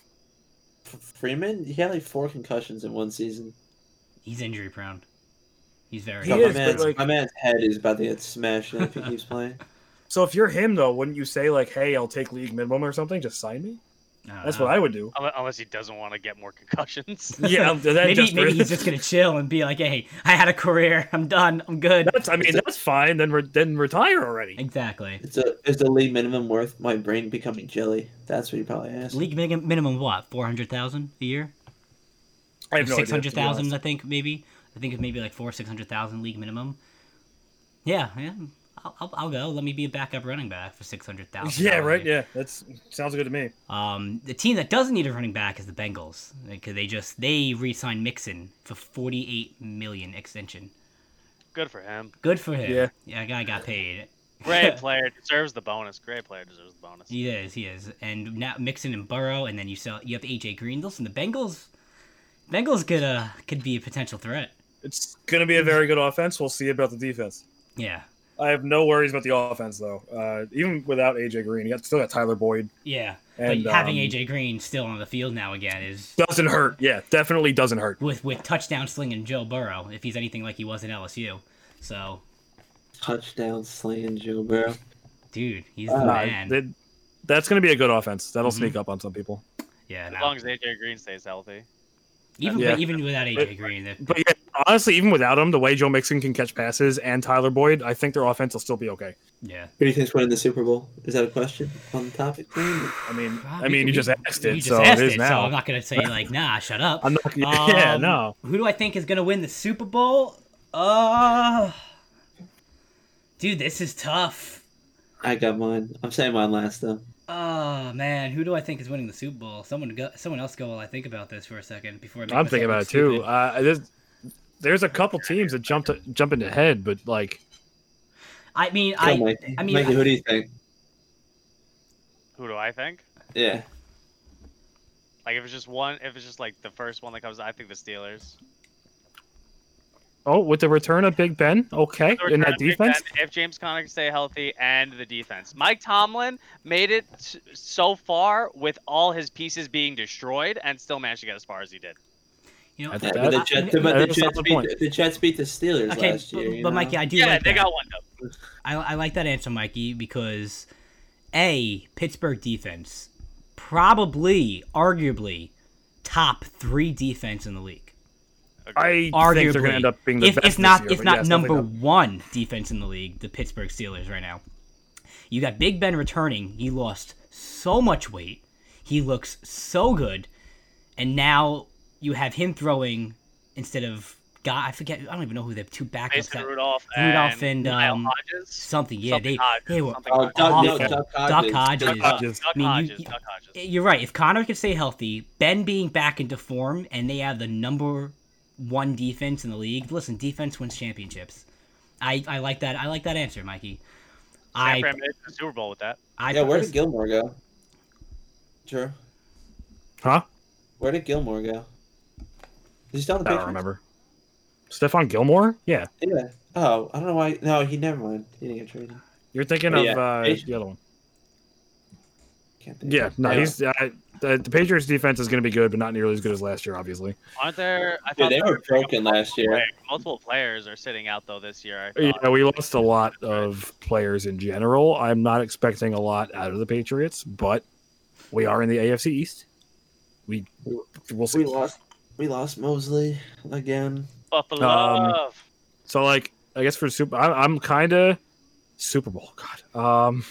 [SPEAKER 2] F- Freeman, he had like four concussions in one season.
[SPEAKER 1] He's injury prone. He's very.
[SPEAKER 4] He
[SPEAKER 2] But my,
[SPEAKER 4] is, but,
[SPEAKER 2] man's,
[SPEAKER 4] like-
[SPEAKER 2] my man's head is about to get smashed if he keeps playing.
[SPEAKER 4] So if you're him though, wouldn't you say like, "Hey, I'll take league minimum or something. Just sign me."
[SPEAKER 1] don't
[SPEAKER 4] That's
[SPEAKER 1] know.
[SPEAKER 4] what I would do.
[SPEAKER 3] Unle- Unless he doesn't want to get more concussions.
[SPEAKER 4] Yeah, I'm- that
[SPEAKER 1] maybe
[SPEAKER 4] just-
[SPEAKER 1] maybe he's just gonna chill and be like, "Hey, I had a career. I'm done. I'm good."
[SPEAKER 4] That's, I mean, that's fine. Then re- then retire already.
[SPEAKER 1] Exactly.
[SPEAKER 2] It's a is the league minimum worth my brain becoming jelly? That's what you probably asked.
[SPEAKER 1] League min- minimum what? Four hundred thousand a year?
[SPEAKER 4] I have no idea, to be
[SPEAKER 1] six hundred thousand,
[SPEAKER 4] honest.
[SPEAKER 1] I think maybe. I think it's maybe like four six hundred thousand league minimum. Yeah, yeah. I'll, I'll, I'll go. Let me be a backup running back for six hundred thousand.
[SPEAKER 4] Yeah, right. Yeah, that's sounds good to me.
[SPEAKER 1] Um, the team that doesn't need a running back is the Bengals because they just they re-signed Mixon for forty eight million extension.
[SPEAKER 3] Good for him.
[SPEAKER 1] Good for him.
[SPEAKER 4] Yeah.
[SPEAKER 1] yeah, guy got paid.
[SPEAKER 3] Great player deserves the bonus. Great player deserves the bonus.
[SPEAKER 1] He is, he is, and now Mixon and Burrow, and then you sell you have AJ Green. Listen, the Bengals, Bengals could uh could be a potential threat.
[SPEAKER 4] It's gonna be a
[SPEAKER 1] Mm-hmm.
[SPEAKER 4] very good offense. We'll see about the defense.
[SPEAKER 1] Yeah,
[SPEAKER 4] I have no worries about the offense though. Uh, even without AJ Green, you got, still got Tyler Boyd.
[SPEAKER 1] yeah.
[SPEAKER 4] And,
[SPEAKER 1] but having
[SPEAKER 4] um,
[SPEAKER 1] AJ Green still on the field now again is
[SPEAKER 4] Doesn't hurt. Yeah, definitely doesn't hurt.
[SPEAKER 1] with with touchdown slinging Joe Burrow if he's anything like he was at LSU. So,
[SPEAKER 2] Touchdown slinging Joe Burrow.
[SPEAKER 1] dude, he's
[SPEAKER 2] Uh,
[SPEAKER 1] the
[SPEAKER 4] Nah,
[SPEAKER 1] Oh, man.
[SPEAKER 4] that- that's gonna be a good offense. That'll
[SPEAKER 1] Mhm.
[SPEAKER 4] sneak up on some people.
[SPEAKER 1] yeah,
[SPEAKER 3] As
[SPEAKER 1] no.
[SPEAKER 3] long as AJ Green stays healthy.
[SPEAKER 1] even
[SPEAKER 4] Yeah.
[SPEAKER 1] but even without AJ
[SPEAKER 4] But-
[SPEAKER 1] Green, the-
[SPEAKER 4] But yeah, honestly, even without him, the way Joe Mixon can catch passes and Tyler Boyd, I think their offense will still be okay.
[SPEAKER 1] yeah.
[SPEAKER 2] Who do you think's winning the Super Bowl? Is that a question on the topic? Green?
[SPEAKER 4] I mean,
[SPEAKER 1] Rob,
[SPEAKER 4] I mean,
[SPEAKER 1] we-
[SPEAKER 4] you just asked
[SPEAKER 1] You
[SPEAKER 4] it,
[SPEAKER 1] just
[SPEAKER 4] so
[SPEAKER 1] asked
[SPEAKER 4] it is
[SPEAKER 1] it, so
[SPEAKER 4] now.
[SPEAKER 1] I'm not gonna say like, nah, shut up.
[SPEAKER 4] I'm not. yeah,
[SPEAKER 1] Um,
[SPEAKER 4] no.
[SPEAKER 1] Who do I think is gonna win the Super Bowl? Uh dude, this is tough.
[SPEAKER 2] I got mine. I'm saying mine last though.
[SPEAKER 1] Oh man, who do I think is winning the Super Bowl? Someone go, someone else go while I think about this for a second before I make
[SPEAKER 4] I'm thinking about
[SPEAKER 1] myself
[SPEAKER 4] it too.
[SPEAKER 1] look stupid.
[SPEAKER 4] Uh, there's, there's a couple teams that jumped jumping ahead, but like
[SPEAKER 1] I mean,
[SPEAKER 2] Go,
[SPEAKER 1] I
[SPEAKER 2] Mikey.
[SPEAKER 1] I mean,
[SPEAKER 2] Mikey, who do you think?
[SPEAKER 3] Who do I think?
[SPEAKER 2] Yeah,
[SPEAKER 3] Like if it's just one, if it's just like the first one that comes, I think the Steelers.
[SPEAKER 4] oh, with the return of Big Ben, okay,
[SPEAKER 3] The
[SPEAKER 4] in
[SPEAKER 3] return
[SPEAKER 4] that
[SPEAKER 3] of Big
[SPEAKER 4] defense,
[SPEAKER 3] Ben, if James Conner can stay healthy and the defense, Mike Tomlin made it s- so far with all his pieces being destroyed and still managed to get as far as he did.
[SPEAKER 1] you know,
[SPEAKER 4] That's-
[SPEAKER 2] yeah
[SPEAKER 1] I-
[SPEAKER 2] but the
[SPEAKER 1] I-
[SPEAKER 2] Jets, but the
[SPEAKER 4] that's not
[SPEAKER 2] Jets
[SPEAKER 4] the
[SPEAKER 2] beat
[SPEAKER 4] point.
[SPEAKER 2] the, the Jets beat the Steelers
[SPEAKER 1] okay,
[SPEAKER 2] last year.
[SPEAKER 1] but,
[SPEAKER 2] you
[SPEAKER 1] but
[SPEAKER 2] know?
[SPEAKER 1] Mikey, I do
[SPEAKER 3] Yeah,
[SPEAKER 1] like
[SPEAKER 3] they
[SPEAKER 1] that.
[SPEAKER 3] got one though.
[SPEAKER 1] I, I like that answer, Mikey, because a Pittsburgh defense, probably, arguably, top three defense in the league.
[SPEAKER 4] I
[SPEAKER 1] Arguably,
[SPEAKER 4] think they're going to end up being the
[SPEAKER 1] if,
[SPEAKER 4] best.
[SPEAKER 1] if not,
[SPEAKER 4] this year,
[SPEAKER 1] if
[SPEAKER 4] but
[SPEAKER 1] not
[SPEAKER 4] yes, I think
[SPEAKER 1] number
[SPEAKER 4] they'll-
[SPEAKER 1] one defense in the league, the Pittsburgh Steelers right now. You got Big Ben returning. He lost so much weight. He looks so good, and now you have him throwing instead of God. I forget. I don't even know who the two backups.
[SPEAKER 3] Mason
[SPEAKER 1] are.
[SPEAKER 3] Rudolph and,
[SPEAKER 1] Rudolph and,
[SPEAKER 3] Kyle
[SPEAKER 1] um,
[SPEAKER 3] Hodges.
[SPEAKER 1] Something. Yeah,
[SPEAKER 3] Something
[SPEAKER 1] they
[SPEAKER 3] Hodges,
[SPEAKER 1] they were.
[SPEAKER 3] something
[SPEAKER 2] Oh, Doug, no,
[SPEAKER 1] Awful.
[SPEAKER 2] Doug
[SPEAKER 1] Duck
[SPEAKER 2] Hodges.
[SPEAKER 1] Hodges.
[SPEAKER 2] Duck Hodges.
[SPEAKER 4] Hodges.
[SPEAKER 3] Doug
[SPEAKER 1] I mean, you-
[SPEAKER 3] Hodges.
[SPEAKER 1] you-
[SPEAKER 3] Doug Hodges.
[SPEAKER 1] You're right. If Connor could stay healthy, Ben being back into form, and they have the number one defense in the league. Listen, defense wins championships. I, I like that. I like that answer, Mikey.
[SPEAKER 3] San
[SPEAKER 1] I
[SPEAKER 3] Fran made it to the Super Bowl with that.
[SPEAKER 1] I
[SPEAKER 2] Yeah, where
[SPEAKER 1] pers-
[SPEAKER 2] did Gilmore go? Sure.
[SPEAKER 4] Huh?
[SPEAKER 2] Where did Gilmore go? Is he still on the
[SPEAKER 4] I don't
[SPEAKER 2] Patriots?
[SPEAKER 4] remember. Stephon Gilmore? Yeah.
[SPEAKER 2] Yeah. Oh, I don't know why. No, he never mind. He didn't get traded.
[SPEAKER 4] You're thinking
[SPEAKER 2] Oh,
[SPEAKER 4] of
[SPEAKER 2] yeah.
[SPEAKER 4] uh,
[SPEAKER 2] Patriots.
[SPEAKER 4] the other one.
[SPEAKER 2] Can't think
[SPEAKER 4] Yeah,
[SPEAKER 2] of it.
[SPEAKER 4] no,
[SPEAKER 2] Anyway.
[SPEAKER 4] he's uh, the, the Patriots defense is going to be good, but not nearly as good as last year, obviously.
[SPEAKER 3] Aren't there? I
[SPEAKER 2] Dude,
[SPEAKER 3] thought
[SPEAKER 2] they
[SPEAKER 3] there
[SPEAKER 2] were
[SPEAKER 3] were
[SPEAKER 2] broken last year.
[SPEAKER 3] players- multiple players are sitting out though this year. I
[SPEAKER 4] Yeah,
[SPEAKER 3] thought.
[SPEAKER 1] Uh,
[SPEAKER 4] we lost a lot of players in general. I'm not expecting a lot out of the Patriots, but we are in the AFC East. We we'll
[SPEAKER 2] We
[SPEAKER 4] see.
[SPEAKER 2] lost. We lost Mosley again.
[SPEAKER 3] Buffalo.
[SPEAKER 4] Um,
[SPEAKER 3] Love.
[SPEAKER 4] So, like, I guess for the Super, I, I'm kind of Super Bowl. God, um,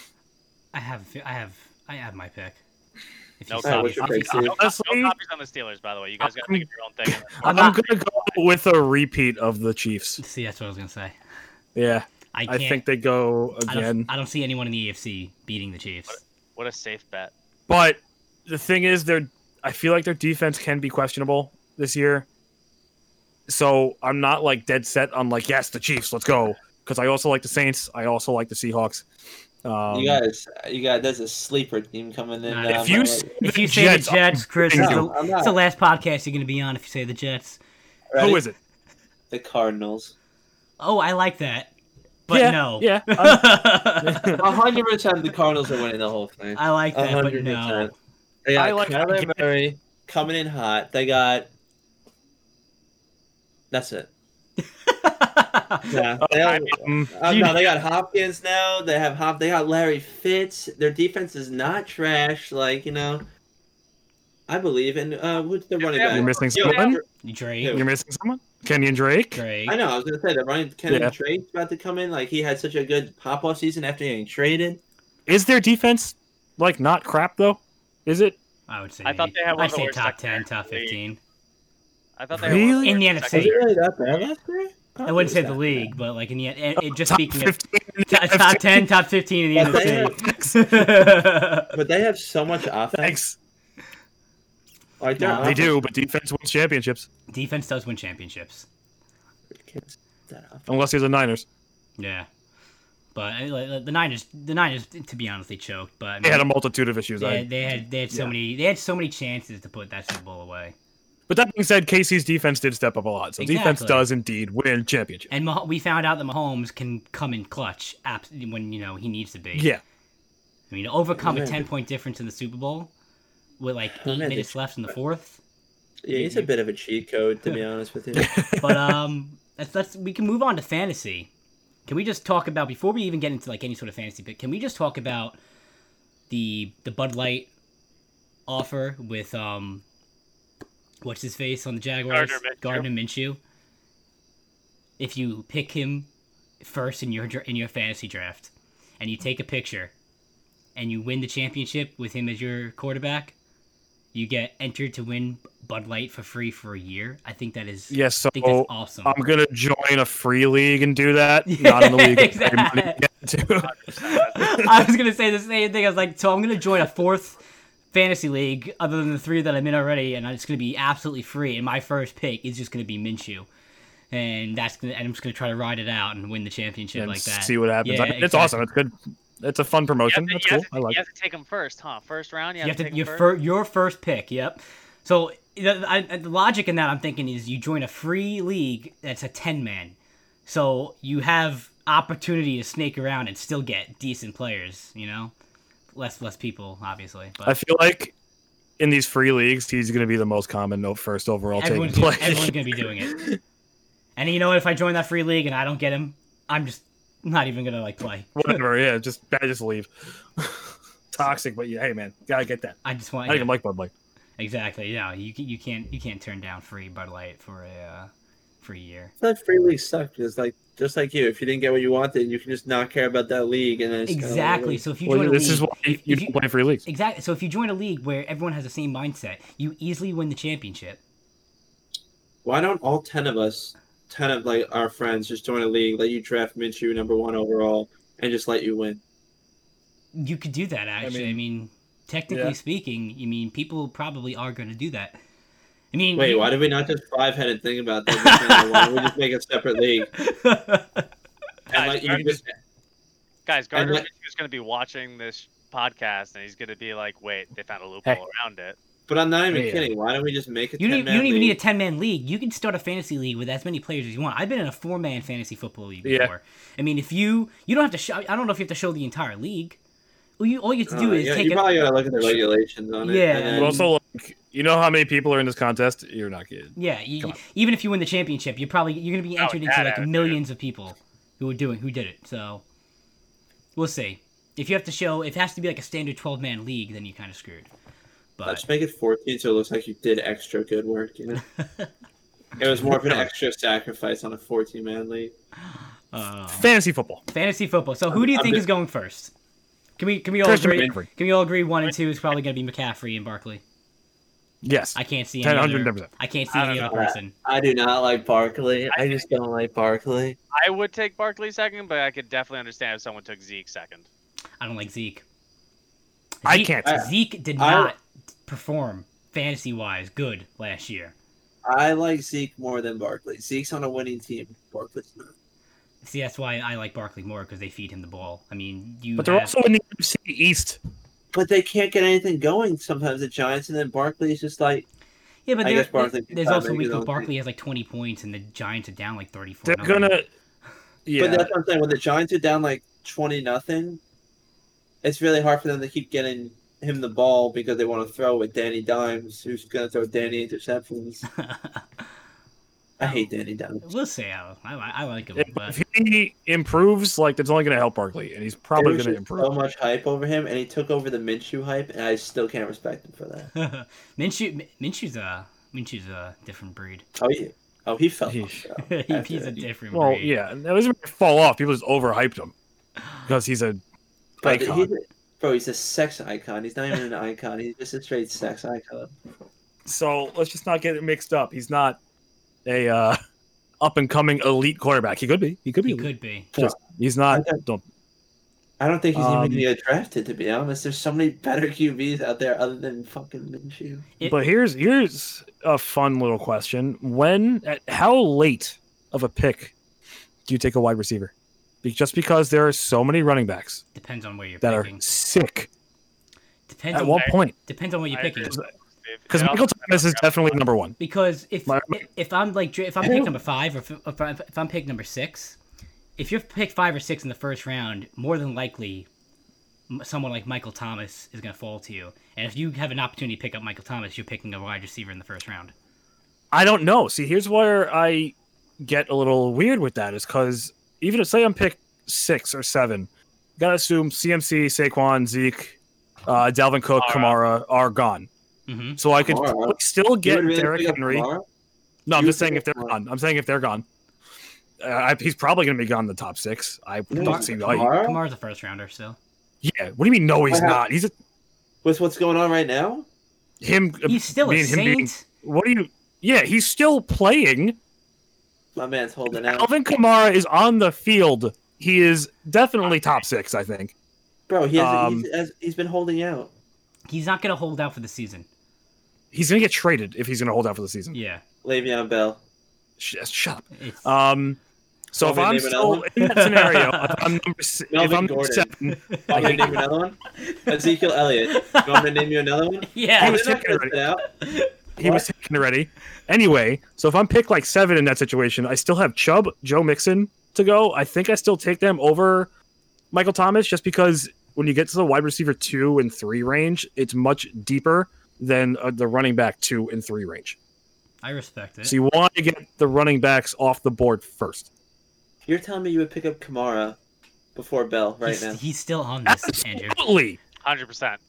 [SPEAKER 1] I have I have I have my pick. If
[SPEAKER 3] No
[SPEAKER 1] you
[SPEAKER 3] comment.
[SPEAKER 1] see-
[SPEAKER 2] What's your
[SPEAKER 1] if you
[SPEAKER 2] pick,
[SPEAKER 1] see-
[SPEAKER 2] Steve?
[SPEAKER 3] No, co-
[SPEAKER 4] honestly,
[SPEAKER 3] no copies on the Steelers, by the way. You guys got
[SPEAKER 4] Um,
[SPEAKER 3] to think of your own thing.
[SPEAKER 1] I'm
[SPEAKER 4] I'm,
[SPEAKER 1] not-
[SPEAKER 4] gonna go with a repeat of the Chiefs.
[SPEAKER 1] See, that's what I was gonna say.
[SPEAKER 4] Yeah,
[SPEAKER 1] I
[SPEAKER 4] I
[SPEAKER 1] can't. I,
[SPEAKER 4] think they go
[SPEAKER 1] don't,
[SPEAKER 4] again.
[SPEAKER 1] I don't see anyone in the AFC beating the Chiefs.
[SPEAKER 3] What a safe bet.
[SPEAKER 4] But the thing is, their I feel like their defense can be questionable this year. So I'm not like dead set on like yes, the Chiefs, let's go. Because I also like the Saints. I also like the Seahawks. Um,
[SPEAKER 2] you guys, you guys. There's a sleeper team coming in.
[SPEAKER 1] Nah,
[SPEAKER 2] that
[SPEAKER 1] Uh, if
[SPEAKER 2] I'm
[SPEAKER 4] you
[SPEAKER 2] not-
[SPEAKER 4] s-
[SPEAKER 1] If
[SPEAKER 4] the
[SPEAKER 1] you say
[SPEAKER 4] Jets,
[SPEAKER 1] the Jets, Chris,
[SPEAKER 4] kidding
[SPEAKER 1] it's
[SPEAKER 4] you.
[SPEAKER 1] the,
[SPEAKER 2] I'm
[SPEAKER 1] it's
[SPEAKER 2] not.
[SPEAKER 1] the last podcast you're gonna be on if you say the Jets.
[SPEAKER 2] Ready?
[SPEAKER 4] who is it?
[SPEAKER 2] The Cardinals.
[SPEAKER 1] Oh, I like that, but
[SPEAKER 4] yeah,
[SPEAKER 1] no.
[SPEAKER 4] yeah. I'm-
[SPEAKER 1] I
[SPEAKER 2] A hundred percent, the Cardinals are winning the whole thing.
[SPEAKER 1] like
[SPEAKER 2] A
[SPEAKER 1] that, but
[SPEAKER 2] hundred
[SPEAKER 1] no.
[SPEAKER 2] percent. They got
[SPEAKER 4] I like-
[SPEAKER 2] Kyler Murray coming in hot. They got. That's it. Yeah. They
[SPEAKER 4] I
[SPEAKER 2] all-
[SPEAKER 4] mean,
[SPEAKER 2] Uh,
[SPEAKER 1] You-
[SPEAKER 2] no, they got Hopkins now. They have Hop. They got Larry Fitz. Their defense is not trash. Like you know, I believe. And uh, who's the running
[SPEAKER 3] Yeah,
[SPEAKER 4] you're
[SPEAKER 2] back?
[SPEAKER 4] missing
[SPEAKER 3] Yo,
[SPEAKER 4] someone.
[SPEAKER 1] Drake,
[SPEAKER 4] You're missing someone. Kenyon Drake.
[SPEAKER 1] Drake.
[SPEAKER 2] I know. I was gonna say the running Kennedy
[SPEAKER 4] Yeah.
[SPEAKER 2] Drake's about to come in. Like he had such a good pop off season after getting traded.
[SPEAKER 4] Is their defense like not crap though? Is it?
[SPEAKER 1] I would say.
[SPEAKER 3] I thought
[SPEAKER 1] maybe-
[SPEAKER 3] they had one
[SPEAKER 1] I'd
[SPEAKER 3] of the
[SPEAKER 1] say
[SPEAKER 3] worst
[SPEAKER 1] top ten,
[SPEAKER 3] secondary
[SPEAKER 1] top
[SPEAKER 3] in the league.
[SPEAKER 1] fifteen.
[SPEAKER 3] I thought they were
[SPEAKER 4] Really?
[SPEAKER 1] In the
[SPEAKER 3] second-
[SPEAKER 1] NFC.
[SPEAKER 2] Was
[SPEAKER 1] Hey.
[SPEAKER 2] it really that bad last year?
[SPEAKER 1] I wouldn't say the league, but like in the it, it, just
[SPEAKER 4] Top
[SPEAKER 1] speaking of
[SPEAKER 4] 15 in the
[SPEAKER 1] t- top
[SPEAKER 4] AFC?
[SPEAKER 1] ten, top fifteen in
[SPEAKER 2] But they,
[SPEAKER 1] the
[SPEAKER 2] have,
[SPEAKER 1] NFC.
[SPEAKER 2] but they have so much offense.
[SPEAKER 4] Thanks.
[SPEAKER 2] Like their
[SPEAKER 1] No,
[SPEAKER 4] They
[SPEAKER 2] offense-
[SPEAKER 4] do, but defense wins championships
[SPEAKER 1] Defense does win championships.
[SPEAKER 2] Can't stop that offense.
[SPEAKER 4] unless he's the Niners.
[SPEAKER 1] Yeah, but I mean, like, like, the Niners, the Niners, to be honest, they choked. But I mean,
[SPEAKER 4] They had a multitude of issues.
[SPEAKER 1] they,
[SPEAKER 4] I-
[SPEAKER 1] had, they had they had so
[SPEAKER 4] yeah.
[SPEAKER 1] many they had so many chances to put that Super Bowl away.
[SPEAKER 4] But that being said, Casey's defense did step up a lot, so defense
[SPEAKER 1] Exactly.
[SPEAKER 4] does indeed win championship.
[SPEAKER 1] And Mah- we found out that Mahomes can come in clutch abs- when you know he needs to be.
[SPEAKER 4] Yeah,
[SPEAKER 1] I mean, to overcome a
[SPEAKER 2] Yeah.
[SPEAKER 1] ten point difference in the Super Bowl with like
[SPEAKER 2] Yeah,
[SPEAKER 1] eight
[SPEAKER 2] they-
[SPEAKER 1] minutes left in the fourth.
[SPEAKER 2] Yeah, he's a bit of a cheat code, to be honest with you.
[SPEAKER 1] But um, let's, let's we can move on to fantasy. Can we just talk about before we even get into like any sort of fantasy pick? Can we just talk about the the Bud Light offer with um, what's his face on the Jaguars,
[SPEAKER 3] Gardner Minshew.
[SPEAKER 1] Gardner Minshew? If you pick him first in your dra- in your fantasy draft, and you take a picture, and you win the championship with him as your quarterback, you get entered to win Bud Light for free for a year. I think that is
[SPEAKER 4] yes. So
[SPEAKER 1] I think that's awesome.
[SPEAKER 4] Oh, I'm gonna join a free league and do that. Not in the league. that everybody
[SPEAKER 1] Yeah,
[SPEAKER 4] can get into.
[SPEAKER 1] I was gonna say the same thing. I was like, so I'm gonna join a fourth fantasy league other than the three that I'm in already, and it's gonna be absolutely free. And my first pick is just gonna be Minshew, and that's gonna, and I'm just gonna try to ride it out and win the championship
[SPEAKER 4] and
[SPEAKER 1] like that.
[SPEAKER 4] see what happens.
[SPEAKER 1] Yeah,
[SPEAKER 4] I mean, it's
[SPEAKER 1] exactly.
[SPEAKER 4] awesome. It's good. It's a fun
[SPEAKER 3] You have
[SPEAKER 4] promotion.
[SPEAKER 3] to-
[SPEAKER 4] That's
[SPEAKER 3] you
[SPEAKER 4] cool.
[SPEAKER 3] have to-
[SPEAKER 4] I like.
[SPEAKER 3] You
[SPEAKER 4] it.
[SPEAKER 3] have to take them first, huh? First round, you
[SPEAKER 1] You
[SPEAKER 3] have,
[SPEAKER 1] have
[SPEAKER 3] take
[SPEAKER 1] to
[SPEAKER 3] 'em
[SPEAKER 1] your
[SPEAKER 3] first.
[SPEAKER 1] fir- your first pick. Yep. So the, I, the logic in that I'm thinking is you join a free league that's a ten man, so you have opportunity to snake around and still get decent players. You know, less less people obviously. But
[SPEAKER 4] I feel like in these free leagues, he's gonna be the most common no- first overall taking
[SPEAKER 1] everyone's gonna,
[SPEAKER 4] play.
[SPEAKER 1] everyone's gonna be doing it. And you know what? If I join that free league and I don't get him, I'm just not even gonna like play.
[SPEAKER 4] Whatever. Yeah. Just I just leave. toxic, but yeah, hey man, gotta get that.
[SPEAKER 1] I just want
[SPEAKER 4] I even like Bud Light.
[SPEAKER 1] exactly. Yeah, you ca- you can't you can't turn down free Bud Light for a uh, for a year.
[SPEAKER 2] It's like free leagues suck because like just like you, if you didn't get what you wanted, you can just not care about that league and then it's kinda like,
[SPEAKER 1] Exactly. So if you
[SPEAKER 4] Well,
[SPEAKER 1] join a
[SPEAKER 4] this is
[SPEAKER 1] league,
[SPEAKER 4] why
[SPEAKER 1] if-
[SPEAKER 4] you
[SPEAKER 1] if
[SPEAKER 4] don't
[SPEAKER 1] you-
[SPEAKER 4] play free leagues.
[SPEAKER 1] exactly. So if you join a league where everyone has the same mindset, you easily win the championship.
[SPEAKER 2] why don't all ten of us, ten of like our friends, just join a league, let you draft Minshew number one overall, and just let you win?
[SPEAKER 1] You could do that actually. I mean,
[SPEAKER 4] mean-
[SPEAKER 1] technically
[SPEAKER 4] Yeah.
[SPEAKER 1] speaking, you mean people probably are going to do that. I mean,
[SPEAKER 2] Wait,
[SPEAKER 1] you-
[SPEAKER 2] why did we not just five head and think about that? why don't we just make a separate league and
[SPEAKER 3] Guys,
[SPEAKER 2] let you
[SPEAKER 3] Gardner-
[SPEAKER 2] just
[SPEAKER 3] Guys, Gardner
[SPEAKER 2] let-
[SPEAKER 3] Minshew is going to be watching this podcast and he's going to be like, wait, they found a loophole
[SPEAKER 4] Hey.
[SPEAKER 3] around it.
[SPEAKER 2] But I'm not even
[SPEAKER 4] Yeah.
[SPEAKER 2] kidding. Why don't we just make it?
[SPEAKER 1] You don't, even- you don't even need a 10 man league. You can start a fantasy league with as many players as you want. I've been in a four man fantasy football league
[SPEAKER 4] Yeah.
[SPEAKER 1] before. I mean, if you you don't have to show I don't know if you have to show the entire league. All you all you have to do is
[SPEAKER 2] you,
[SPEAKER 1] take
[SPEAKER 2] Uh, you
[SPEAKER 1] a-
[SPEAKER 2] probably gotta look at the regulations on it.
[SPEAKER 1] Yeah.
[SPEAKER 2] and
[SPEAKER 4] But
[SPEAKER 2] then-
[SPEAKER 4] also, like, you know how many people are in this contest? You're not kidding.
[SPEAKER 1] yeah, you,
[SPEAKER 4] Come on.
[SPEAKER 1] even if you win the championship, you're probably you're going to be
[SPEAKER 3] Oh,
[SPEAKER 1] entered into
[SPEAKER 3] that
[SPEAKER 1] like
[SPEAKER 3] attitude.
[SPEAKER 1] millions of people who are doing who did it. So we'll see. If you have to show if it has to be like a standard 12 man league, then you're kind of screwed. But
[SPEAKER 2] Let's uh, make it 14 so it looks like you did extra good work. You know, it was more of an extra sacrifice on a 14 man league.
[SPEAKER 1] uh,
[SPEAKER 4] Fantasy football.
[SPEAKER 1] fantasy football. So who do you
[SPEAKER 2] I'm
[SPEAKER 1] think
[SPEAKER 2] just-
[SPEAKER 1] is going first? Can we can we all
[SPEAKER 4] Christian
[SPEAKER 1] agree?
[SPEAKER 4] McCaffrey.
[SPEAKER 1] Can we all agree one and two is probably going to be McCaffrey and Barkley?
[SPEAKER 4] Yes.
[SPEAKER 1] I can't see
[SPEAKER 4] 10,
[SPEAKER 1] any other.
[SPEAKER 4] 110%.
[SPEAKER 1] I can't see
[SPEAKER 3] I
[SPEAKER 1] any
[SPEAKER 3] don't
[SPEAKER 1] other
[SPEAKER 2] know.
[SPEAKER 1] person.
[SPEAKER 2] I do not like Barkley.
[SPEAKER 3] I
[SPEAKER 2] I just don't like Barkley.
[SPEAKER 3] I would take Barkley second, but I could definitely understand if someone took Zeke second.
[SPEAKER 1] I don't like Zeke.
[SPEAKER 4] I
[SPEAKER 1] Zeke-
[SPEAKER 4] can't.
[SPEAKER 1] Zeke did
[SPEAKER 2] I-
[SPEAKER 1] not perform fantasy wise good last year.
[SPEAKER 2] I like Zeke more than Barkley. Zeke's on a winning team. Barkley's not.
[SPEAKER 1] See, that's why I like Barkley more because they feed him the ball. I mean, you.
[SPEAKER 4] But they're
[SPEAKER 1] have-
[SPEAKER 4] also in the NFC East.
[SPEAKER 2] But they can't get anything going sometimes. The Giants and then Barkley's just like
[SPEAKER 1] yeah, but
[SPEAKER 2] I
[SPEAKER 1] there-
[SPEAKER 2] guess Barkley can
[SPEAKER 1] there's
[SPEAKER 2] probably
[SPEAKER 1] also a
[SPEAKER 2] make
[SPEAKER 1] week
[SPEAKER 2] his
[SPEAKER 1] where
[SPEAKER 2] own
[SPEAKER 1] Barkley has like 20 points and the Giants are down like 34.
[SPEAKER 4] They're
[SPEAKER 1] nothing.
[SPEAKER 4] gonna. Yeah.
[SPEAKER 2] But that's what I'm saying. When the Giants are down like twenty nothing, it's really hard for them to keep getting him the ball because they want to throw with Danny Dimes, who's going to throw Danny interceptions. I hate Danny Dimes.
[SPEAKER 1] we'll see. I, I, I like him,
[SPEAKER 4] if,
[SPEAKER 1] but
[SPEAKER 4] if he improves, like that's only going to help Barkley, and he's probably
[SPEAKER 2] There was
[SPEAKER 4] going to
[SPEAKER 2] just
[SPEAKER 4] improve.
[SPEAKER 2] So much hype over him, and he took over the Minshew hype, and I still can't respect him for that.
[SPEAKER 1] Minshew Minshew's a Minshew's a different breed.
[SPEAKER 2] Oh yeah. Oh, he fell.
[SPEAKER 4] Yeesh.
[SPEAKER 2] off,
[SPEAKER 1] He-
[SPEAKER 2] though,
[SPEAKER 1] He's
[SPEAKER 2] after-
[SPEAKER 1] a different
[SPEAKER 4] well,
[SPEAKER 1] breed.
[SPEAKER 4] yeah, that doesn't fall off. People just overhyped him because he's a
[SPEAKER 2] But
[SPEAKER 4] icon.
[SPEAKER 2] he's a- bro, he's a sex icon. He's not even an icon. He's just a straight sex icon.
[SPEAKER 4] So let's just not get it mixed up. He's not a uh, up and coming elite quarterback. He could be. He could be.
[SPEAKER 1] He
[SPEAKER 4] elite.
[SPEAKER 1] could be.
[SPEAKER 4] Just- He's not.
[SPEAKER 2] Okay.
[SPEAKER 4] Don't.
[SPEAKER 2] I don't think he's even
[SPEAKER 4] Um,
[SPEAKER 2] going to get drafted, to be honest. There's so many better QBs out there other than fucking Minshew.
[SPEAKER 1] It-
[SPEAKER 4] But here's here's a fun little question. When at how late of a pick do you take a wide receiver? Be- Just because there are so many running backs
[SPEAKER 1] Depends on where you're
[SPEAKER 4] that are
[SPEAKER 1] picking.
[SPEAKER 4] sick.
[SPEAKER 1] Depends
[SPEAKER 4] At
[SPEAKER 1] on,
[SPEAKER 4] what
[SPEAKER 3] I-
[SPEAKER 4] point?
[SPEAKER 1] depends on what you're
[SPEAKER 3] I agree
[SPEAKER 1] picking.
[SPEAKER 3] with Steve.
[SPEAKER 4] Because
[SPEAKER 3] It also
[SPEAKER 4] Michael
[SPEAKER 3] depends
[SPEAKER 4] Thomas
[SPEAKER 3] on
[SPEAKER 4] is
[SPEAKER 3] draft
[SPEAKER 4] definitely
[SPEAKER 3] class.
[SPEAKER 4] number one.
[SPEAKER 1] Because if
[SPEAKER 4] My-
[SPEAKER 1] if I'm like dra- if I'm pick number five or if, if, I'm, if I'm pick number six, if you're picked five or six in the first round, more than likely, m- someone like Michael Thomas is going to fall to you. And if you have an opportunity to pick up Michael Thomas, you're picking a wide receiver in the first round.
[SPEAKER 4] I don't know. See, here's where I get a little weird with that is because even if say I'm pick six or seven, gotta assume CMC, Saquon, Zeke, uh, Dalvin Cook, Kamara are gone.
[SPEAKER 1] hmm
[SPEAKER 4] So I could
[SPEAKER 2] Kamara?
[SPEAKER 4] probably still
[SPEAKER 2] You
[SPEAKER 4] get
[SPEAKER 2] would really
[SPEAKER 4] Derrick
[SPEAKER 2] pick up
[SPEAKER 4] Henry.
[SPEAKER 2] Kamara?
[SPEAKER 4] No, I'm
[SPEAKER 2] you
[SPEAKER 4] just
[SPEAKER 2] would
[SPEAKER 4] saying if
[SPEAKER 2] pick
[SPEAKER 4] they're
[SPEAKER 2] up Kamara?
[SPEAKER 4] gone. I'm saying if they're gone, uh, I, he's probably gonna be gone in the top six. I
[SPEAKER 2] No,
[SPEAKER 4] don't see why.
[SPEAKER 2] Kamara?
[SPEAKER 1] Kamara's a first rounder, so
[SPEAKER 4] Yeah. What do you mean? No, he's
[SPEAKER 2] Wow.
[SPEAKER 4] not. He's a,
[SPEAKER 2] With what's going on right now?
[SPEAKER 4] him.
[SPEAKER 1] he's still
[SPEAKER 4] me
[SPEAKER 1] a
[SPEAKER 4] and him
[SPEAKER 1] saint.
[SPEAKER 4] being- what do you? Yeah, he's still playing.
[SPEAKER 2] My man's holding out.
[SPEAKER 4] Alvin Kamara is on the field. He is definitely top six, I think.
[SPEAKER 2] Bro, he has,
[SPEAKER 4] Um,
[SPEAKER 2] he's, has, he's been holding out.
[SPEAKER 1] He's not going to hold out for the season.
[SPEAKER 4] He's going to get traded if he's going to hold out for the season.
[SPEAKER 1] Yeah,
[SPEAKER 2] Le'Veon Bell.
[SPEAKER 4] Sh- Shut
[SPEAKER 1] it's,
[SPEAKER 4] up. Um, so
[SPEAKER 2] Want
[SPEAKER 4] if
[SPEAKER 2] me to
[SPEAKER 4] I'm
[SPEAKER 2] name another
[SPEAKER 4] still
[SPEAKER 2] one?
[SPEAKER 4] in that scenario, if I'm number, si- if
[SPEAKER 2] Melvin
[SPEAKER 4] I'm number
[SPEAKER 2] Gordon.
[SPEAKER 4] seven,
[SPEAKER 2] Want me to name another one? Ezekiel Elliott. You want me to name you another one?
[SPEAKER 1] yeah.
[SPEAKER 4] He was
[SPEAKER 2] Did I
[SPEAKER 4] taken
[SPEAKER 2] print it out?
[SPEAKER 4] he was taken already. Anyway, so if I'm picked like seven in that situation, I still have Chubb, Joe Mixon to go. I think I still take them over Michael Thomas just because when you get to the wide receiver two and three range, it's much deeper than uh, the running back two and three range.
[SPEAKER 1] I respect it.
[SPEAKER 4] So you want to get the running backs off the board first.
[SPEAKER 2] You're telling me you would pick up Kamara before Bell right
[SPEAKER 1] he's,
[SPEAKER 2] now?
[SPEAKER 1] he's still on this, Andrew.
[SPEAKER 4] Absolutely.
[SPEAKER 3] hundred percent.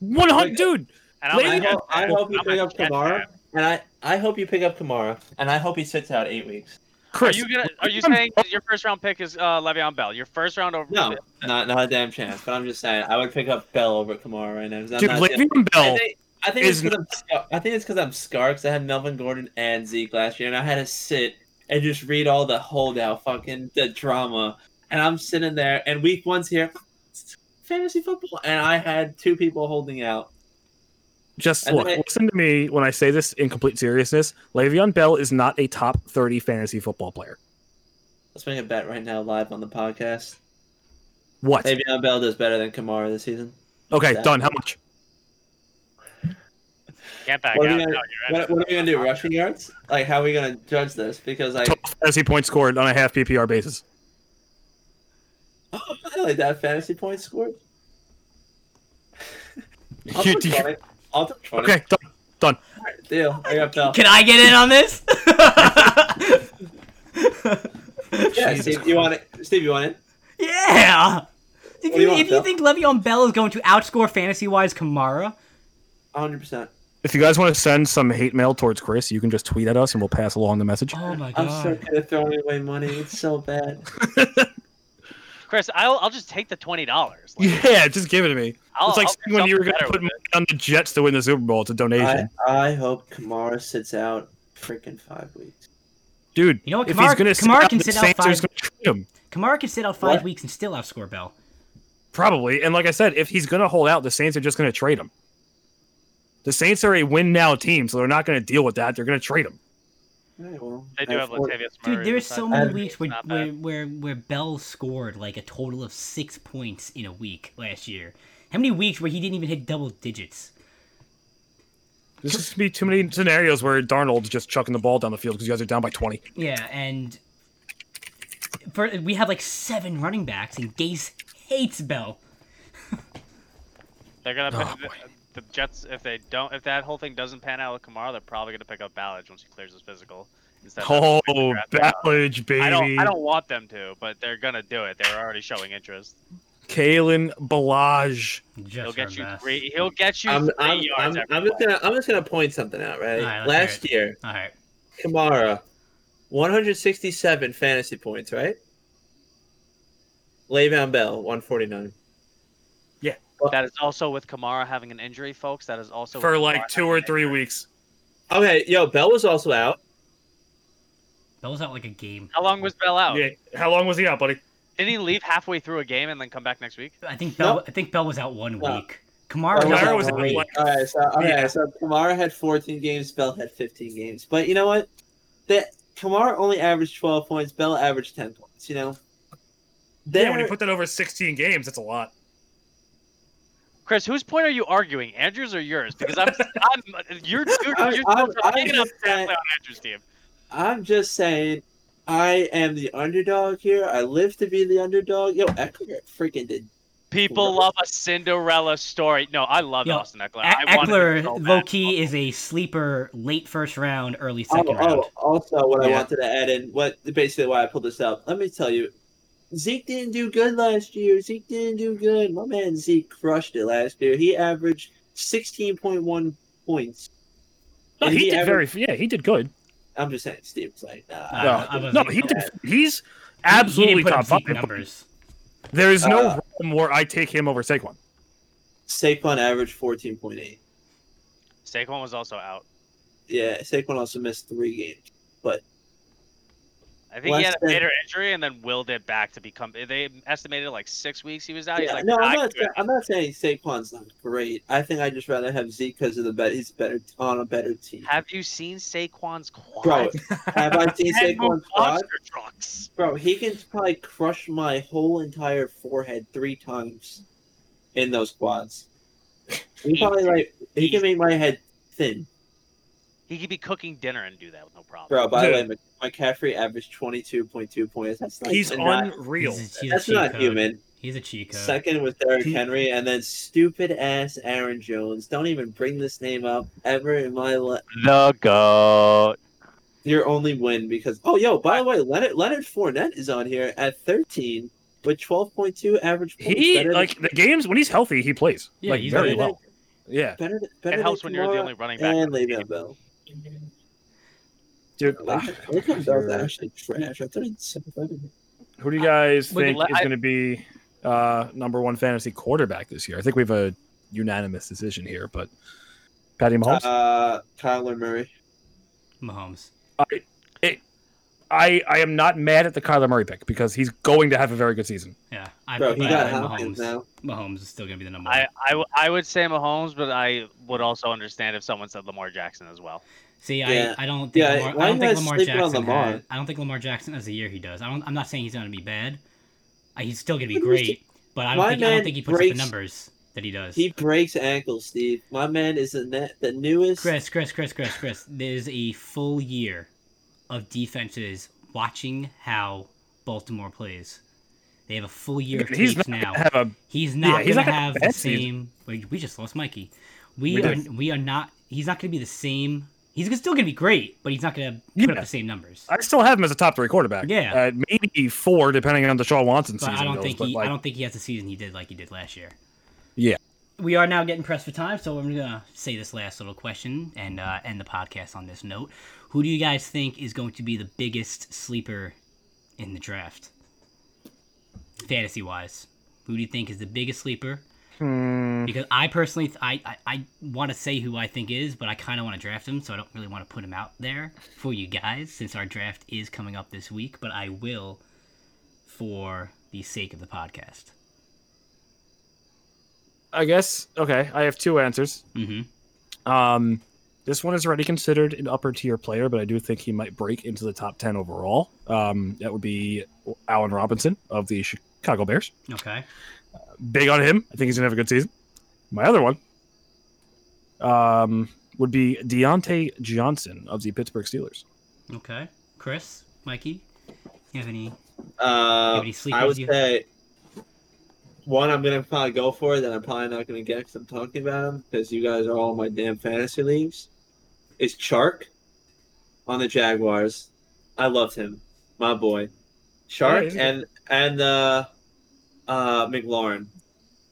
[SPEAKER 4] One hundred,
[SPEAKER 2] Like-
[SPEAKER 4] dude.
[SPEAKER 3] And
[SPEAKER 4] Lady-
[SPEAKER 2] I
[SPEAKER 3] a Jets
[SPEAKER 2] hope, I
[SPEAKER 3] fan.
[SPEAKER 2] hope you
[SPEAKER 3] I'm a
[SPEAKER 2] pick up
[SPEAKER 3] Jets
[SPEAKER 2] Kamara,
[SPEAKER 3] fan.
[SPEAKER 2] and I, I hope you pick up Kamara, and I hope he sits out eight weeks.
[SPEAKER 3] Are
[SPEAKER 4] Chris,
[SPEAKER 3] you gonna? Are you
[SPEAKER 4] I'm-
[SPEAKER 3] saying that your first round pick is uh, Le'Veon Bell? Your first round over?
[SPEAKER 2] No, not not a damn chance. But I'm just saying, I would pick up Bell over Kamara right now. 'cause I'm
[SPEAKER 4] dude,
[SPEAKER 2] not-
[SPEAKER 4] Le'Veon
[SPEAKER 2] I
[SPEAKER 4] Bell.
[SPEAKER 2] think, I think it's
[SPEAKER 4] is
[SPEAKER 2] because I'm scar- I think it's because I'm scarred. Cause I had Melvin Gordon and Zeke last year, and I had to sit and just read all the holdout fucking the drama. And I'm sitting there, and week one's here, fantasy football, and I had two people holding out.
[SPEAKER 4] Just
[SPEAKER 2] And
[SPEAKER 4] look,
[SPEAKER 2] then I-
[SPEAKER 4] listen to me when I say this in complete seriousness. Le'Veon Bell is not a top thirty fantasy football player.
[SPEAKER 2] Let's make a bet right now, live on the podcast.
[SPEAKER 4] What?
[SPEAKER 2] Maybe Bell does better than Kamara this season.
[SPEAKER 4] okay,
[SPEAKER 2] that-
[SPEAKER 4] done. How much?
[SPEAKER 3] Can't back
[SPEAKER 2] What are
[SPEAKER 3] out.
[SPEAKER 2] we gonna-
[SPEAKER 3] No, you're right.
[SPEAKER 2] What, what are we gonna do? Rushing yards? Like, how are we gonna judge this? Because like,
[SPEAKER 4] Total fantasy points scored on a half PPR basis.
[SPEAKER 2] oh, I like that fantasy point scored. I'll
[SPEAKER 4] You-
[SPEAKER 2] put
[SPEAKER 4] you-
[SPEAKER 2] 20. I'll put 20.
[SPEAKER 4] okay, done.
[SPEAKER 2] Deal. I got Bell.
[SPEAKER 1] Can I get in on this?
[SPEAKER 2] Yeah,
[SPEAKER 4] Jesus
[SPEAKER 2] Steve, you want it? Steve, you want it?
[SPEAKER 1] yeah. If
[SPEAKER 2] What do you
[SPEAKER 1] you,
[SPEAKER 2] want,
[SPEAKER 1] if you
[SPEAKER 2] Phil?
[SPEAKER 1] think Le'Veon Bell is going to outscore fantasy wise Kamara,
[SPEAKER 2] 100. percent
[SPEAKER 4] If you guys want to send some hate mail towards Chris, you can just tweet at us and we'll pass along the message.
[SPEAKER 1] oh my
[SPEAKER 2] I'm so
[SPEAKER 1] god.
[SPEAKER 2] good at throwing away money. It's so bad.
[SPEAKER 3] Chris, I'll I'll just take the twenty dollars.
[SPEAKER 4] Yeah, just give it to me.
[SPEAKER 3] I'll,
[SPEAKER 4] it's like
[SPEAKER 3] I'll
[SPEAKER 4] saying when you were going
[SPEAKER 3] better
[SPEAKER 4] to put
[SPEAKER 3] with
[SPEAKER 4] money
[SPEAKER 3] it.
[SPEAKER 4] on the Jets to win the Super Bowl. It's a donation,
[SPEAKER 2] I, I hope Kamara sits out freaking five weeks.
[SPEAKER 4] dude.
[SPEAKER 1] You know what,
[SPEAKER 4] If
[SPEAKER 1] Kamara-
[SPEAKER 4] he's going to sit
[SPEAKER 1] Kamara
[SPEAKER 4] out,
[SPEAKER 1] can
[SPEAKER 4] the
[SPEAKER 1] sit out
[SPEAKER 4] Saints are
[SPEAKER 1] five-
[SPEAKER 4] just going to trade him
[SPEAKER 1] Kamara could sit out five
[SPEAKER 2] What?
[SPEAKER 1] weeks and still outscore Bell.
[SPEAKER 4] probably. And like I said, if he's going to hold out, the Saints are just going to trade him. The Saints are a win now team, so they're not going to deal with that. They're going to trade him.
[SPEAKER 2] All right, well,
[SPEAKER 3] They do
[SPEAKER 2] I
[SPEAKER 3] have
[SPEAKER 2] four-
[SPEAKER 3] Latavius Murray.
[SPEAKER 1] Dude, there's
[SPEAKER 3] besides
[SPEAKER 1] so
[SPEAKER 3] that.
[SPEAKER 1] many
[SPEAKER 2] bad.
[SPEAKER 1] weeks where,
[SPEAKER 3] Not
[SPEAKER 1] where
[SPEAKER 3] bad.
[SPEAKER 1] where where Bell scored like a total of six points in a week last year. How many weeks where he didn't even hit double digits?
[SPEAKER 4] There's just going to be too many scenarios where Darnold's just chucking the ball down the field because you guys are down by 20.
[SPEAKER 1] Yeah, and for, we have like seven running backs, and Gase hates Bell.
[SPEAKER 3] They're gonna
[SPEAKER 4] Oh,
[SPEAKER 3] pick, the, the Jets if they don't if that whole thing doesn't pan out with Kamara, they're probably gonna pick up Ballage once he clears his physical. instead of having
[SPEAKER 4] Oh,
[SPEAKER 3] to pick up Draft.
[SPEAKER 4] Ballage, baby.
[SPEAKER 3] I don't I don't want them to, but they're gonna do it. They're already showing interest.
[SPEAKER 4] Kalen Ballage.
[SPEAKER 1] Just
[SPEAKER 3] He'll
[SPEAKER 1] our
[SPEAKER 3] get you
[SPEAKER 1] best.
[SPEAKER 3] three. He'll get you
[SPEAKER 2] I'm,
[SPEAKER 3] 3
[SPEAKER 2] I'm, I'm,
[SPEAKER 3] yards. every
[SPEAKER 2] I'm just
[SPEAKER 3] play.
[SPEAKER 2] gonna I'm just gonna point something out. Right,
[SPEAKER 1] All right, let's
[SPEAKER 2] last
[SPEAKER 1] hear
[SPEAKER 2] year,
[SPEAKER 1] All right.
[SPEAKER 2] Kamara, 167 fantasy points. Right, Le'Veon Bell, 149.
[SPEAKER 3] That is also with Kamara having an injury, folks. That is also
[SPEAKER 4] for
[SPEAKER 3] with
[SPEAKER 4] like
[SPEAKER 3] Kamara
[SPEAKER 4] two
[SPEAKER 3] having
[SPEAKER 4] or
[SPEAKER 3] an
[SPEAKER 4] three
[SPEAKER 3] injury.
[SPEAKER 4] weeks.
[SPEAKER 2] Okay, yo, Bell was also out.
[SPEAKER 1] Bell's out like a game.
[SPEAKER 3] How long was Bell out?
[SPEAKER 4] Yeah. How long was he out, buddy?
[SPEAKER 3] Didn't he leave halfway through a game and then come back next week?
[SPEAKER 1] I think Bell.
[SPEAKER 2] No.
[SPEAKER 1] I think Bell was out one
[SPEAKER 2] No.
[SPEAKER 1] week. Kamara
[SPEAKER 2] Kamara
[SPEAKER 1] was out
[SPEAKER 2] was
[SPEAKER 4] out
[SPEAKER 1] three.
[SPEAKER 4] like-
[SPEAKER 2] All right, so all right,
[SPEAKER 4] Yeah.
[SPEAKER 2] so Kamara had 14 games, Bell had 15 games. But you know what? That Kamara only averaged 12 points, Bell averaged 10 points. You know,
[SPEAKER 4] Yeah, when
[SPEAKER 2] there.
[SPEAKER 4] you put that over 16 games, that's a lot.
[SPEAKER 3] Chris, whose point are you arguing? Andrews or yours? Because I'm, I'm you're, you're,
[SPEAKER 2] I-
[SPEAKER 3] you're
[SPEAKER 2] I- I
[SPEAKER 3] picking up
[SPEAKER 2] just
[SPEAKER 3] exactly
[SPEAKER 2] said-
[SPEAKER 3] on Andrews' team.
[SPEAKER 2] I'm just saying, I am the underdog here. I live to be the underdog. Yo, Eckler freaking did.
[SPEAKER 3] People love a Cinderella story. No, I love
[SPEAKER 1] Yo,
[SPEAKER 3] Austin Eckler.
[SPEAKER 1] E-
[SPEAKER 3] I wanted him
[SPEAKER 1] Eckler,
[SPEAKER 3] so bad.
[SPEAKER 1] low key, is a sleeper late first round, early
[SPEAKER 2] Oh,
[SPEAKER 1] second round.
[SPEAKER 2] oh, also, what I
[SPEAKER 4] Yeah.
[SPEAKER 2] wanted to add in, what basically why I pulled this up. Let me tell you, Zeke didn't do good last year. Zeke didn't do good. My man Zeke crushed it last year. He averaged 16.1 points.
[SPEAKER 4] No,
[SPEAKER 2] And
[SPEAKER 4] he, did
[SPEAKER 2] averaged-
[SPEAKER 4] very. Yeah, he did good.
[SPEAKER 2] I'm just saying, Steve's like, nah.
[SPEAKER 1] I-
[SPEAKER 4] no,
[SPEAKER 1] I wasn't-
[SPEAKER 4] no, he did. He's absolutely
[SPEAKER 1] he, he didn't put
[SPEAKER 4] top
[SPEAKER 1] up Zeke
[SPEAKER 4] five.
[SPEAKER 1] numbers.
[SPEAKER 4] There is no
[SPEAKER 2] Uh,
[SPEAKER 4] realm where I take him over Saquon.
[SPEAKER 2] Saquon averaged 14.8.
[SPEAKER 3] Saquon was also out.
[SPEAKER 2] Yeah, Saquon also missed three games.
[SPEAKER 3] I think he
[SPEAKER 2] Less
[SPEAKER 3] had a
[SPEAKER 2] than-
[SPEAKER 3] major injury and then willed it back to become. They estimated like six weeks he was out. He's
[SPEAKER 2] Yeah,
[SPEAKER 3] like,
[SPEAKER 2] no,
[SPEAKER 3] "I
[SPEAKER 2] I'm not,
[SPEAKER 3] quit."
[SPEAKER 2] I'm not saying Saquon's not great. I think I just rather have Zeke because of the bet. He's better on a better team.
[SPEAKER 3] Have you seen Saquon's quad?
[SPEAKER 2] Bro, have I seen
[SPEAKER 3] Ten
[SPEAKER 2] Saquon's quad?
[SPEAKER 3] monster trucks.
[SPEAKER 2] Bro, he can probably crush my whole entire forehead three times in those quads. He probably like he can make my head thin.
[SPEAKER 3] He could be cooking dinner and do that with no problem.
[SPEAKER 2] Bro, by the way,
[SPEAKER 4] Dude.
[SPEAKER 2] Mc- McCaffrey averaged twenty two point two points. That's not
[SPEAKER 4] He's
[SPEAKER 2] not,
[SPEAKER 4] unreal.
[SPEAKER 1] He's a, he's a
[SPEAKER 2] that's
[SPEAKER 1] cheat
[SPEAKER 2] not
[SPEAKER 1] code.
[SPEAKER 2] human.
[SPEAKER 1] He's a cheat code.
[SPEAKER 2] Second was Derrick
[SPEAKER 4] He-
[SPEAKER 2] Henry, and then stupid ass Aaron Jones. Don't even bring this name up ever in my life.
[SPEAKER 3] The goat.
[SPEAKER 2] Your only win because oh yo, by the way, Leonard Leonard Fournette is on here at thirteen. with 12.2 average points.
[SPEAKER 4] He
[SPEAKER 2] better
[SPEAKER 4] like the games when he's healthy, he plays
[SPEAKER 1] Yeah,
[SPEAKER 4] like
[SPEAKER 1] he's
[SPEAKER 4] very
[SPEAKER 1] good.
[SPEAKER 4] well. Yeah,
[SPEAKER 2] than, better, than- better
[SPEAKER 3] It
[SPEAKER 2] than
[SPEAKER 3] helps when you're the
[SPEAKER 2] Kamara
[SPEAKER 3] only running back.
[SPEAKER 2] and
[SPEAKER 3] on the
[SPEAKER 2] Le'Veon
[SPEAKER 3] team.
[SPEAKER 2] Bell.
[SPEAKER 4] dude.
[SPEAKER 2] Like, Le'Veon Bell's actually trash. I thought he'd sip it better.
[SPEAKER 4] Who do you guys
[SPEAKER 3] Wait,
[SPEAKER 4] think
[SPEAKER 3] le-
[SPEAKER 4] is
[SPEAKER 3] I-
[SPEAKER 4] going to be uh, number one fantasy quarterback this year? I think we have a unanimous decision here, but Patty Mahomes.
[SPEAKER 2] Uh, Kyler Murray.
[SPEAKER 1] Mahomes.
[SPEAKER 4] I, I am not mad at the Kyler Murray pick because he's going to have a very good season.
[SPEAKER 1] Yeah, I
[SPEAKER 2] Bro,
[SPEAKER 1] but
[SPEAKER 2] he
[SPEAKER 1] I
[SPEAKER 2] got
[SPEAKER 1] like
[SPEAKER 2] Hopkins
[SPEAKER 1] Mahomes.
[SPEAKER 2] now.
[SPEAKER 1] Mahomes is still gonna be the number one.
[SPEAKER 3] I, I w- I would say Mahomes, but I would also understand if someone said Lamar Jackson as well.
[SPEAKER 1] See,
[SPEAKER 2] Yeah.
[SPEAKER 1] I, I don't think
[SPEAKER 2] Yeah,
[SPEAKER 1] Lamar,
[SPEAKER 2] why
[SPEAKER 1] I
[SPEAKER 2] you
[SPEAKER 1] don't think
[SPEAKER 2] guys
[SPEAKER 1] Lamar
[SPEAKER 2] sleeping on
[SPEAKER 1] Jackson.
[SPEAKER 2] Lamar?
[SPEAKER 1] Had, I don't think Lamar Jackson has the year he does. I don't. I'm not saying he's going to be bad. Uh, He's still going to be
[SPEAKER 2] But he's-
[SPEAKER 1] great, but I don't
[SPEAKER 2] my
[SPEAKER 1] think. I don't
[SPEAKER 2] man
[SPEAKER 1] think he puts up
[SPEAKER 2] breaks-
[SPEAKER 1] the numbers that he does.
[SPEAKER 2] He breaks ankles, Steve. My man is the, ne- the newest.
[SPEAKER 1] Chris, Chris, Chris, Chris, Chris. There's a full year of defenses watching how Baltimore plays. They have a full year of
[SPEAKER 4] He's
[SPEAKER 1] tapes
[SPEAKER 4] not
[SPEAKER 1] now.
[SPEAKER 4] gonna have a
[SPEAKER 1] He's not
[SPEAKER 4] he's
[SPEAKER 1] gonna
[SPEAKER 4] not gonna
[SPEAKER 1] have the
[SPEAKER 4] advance these.
[SPEAKER 1] same. We, we just lost Mikey. We,
[SPEAKER 4] We
[SPEAKER 1] are
[SPEAKER 4] did.
[SPEAKER 1] we are not. He's not gonna be the same. He's still gonna be great, but he's not gonna put up
[SPEAKER 4] Yeah.
[SPEAKER 1] the same numbers.
[SPEAKER 4] I still have him as a top three quarterback.
[SPEAKER 1] Yeah.
[SPEAKER 4] uh, maybe four depending on the Deshaun Watson
[SPEAKER 1] But
[SPEAKER 4] season.
[SPEAKER 1] I don't
[SPEAKER 4] goes,
[SPEAKER 1] think
[SPEAKER 4] but,
[SPEAKER 1] he.
[SPEAKER 4] like,
[SPEAKER 1] I don't think he has the season he did like he did last year.
[SPEAKER 4] Yeah.
[SPEAKER 1] We are now getting pressed for time, so I'm gonna say this last little question and uh, end the podcast on this note. Who do you guys think is going to be the biggest sleeper in the draft, fantasy wise? Who do you think is the biggest sleeper?
[SPEAKER 4] Hmm.
[SPEAKER 1] Because I personally, th- I I, I want to say who I think is, but I kind of want to draft him, so I don't really want to put him out there for you guys since our draft is coming up this week. But I will, for the sake of the podcast.
[SPEAKER 4] I guess okay. I have two answers.
[SPEAKER 1] Mm-hmm.
[SPEAKER 4] Um, this one is already considered an upper tier player, but I do think he might break into the top ten overall. Um, that would be Allen Robinson of the Chicago Bears.
[SPEAKER 1] Okay.
[SPEAKER 4] Big on him. I think he's gonna have a good season. My other one um, would be Deontay Johnson of the Pittsburgh Steelers.
[SPEAKER 1] Okay. Chris, Mikey, you have any?
[SPEAKER 2] Uh,
[SPEAKER 1] Nobody sleep
[SPEAKER 2] I
[SPEAKER 1] with
[SPEAKER 2] would
[SPEAKER 1] you?
[SPEAKER 2] say one I'm gonna probably go for that I'm probably not gonna get because I'm talking about him because you guys are all in my damn fantasy leagues. Is Chark on the Jaguars? I loved him, my boy,
[SPEAKER 4] Yeah,
[SPEAKER 2] Chark
[SPEAKER 4] he's good.
[SPEAKER 2] and and uh, uh, McLaurin.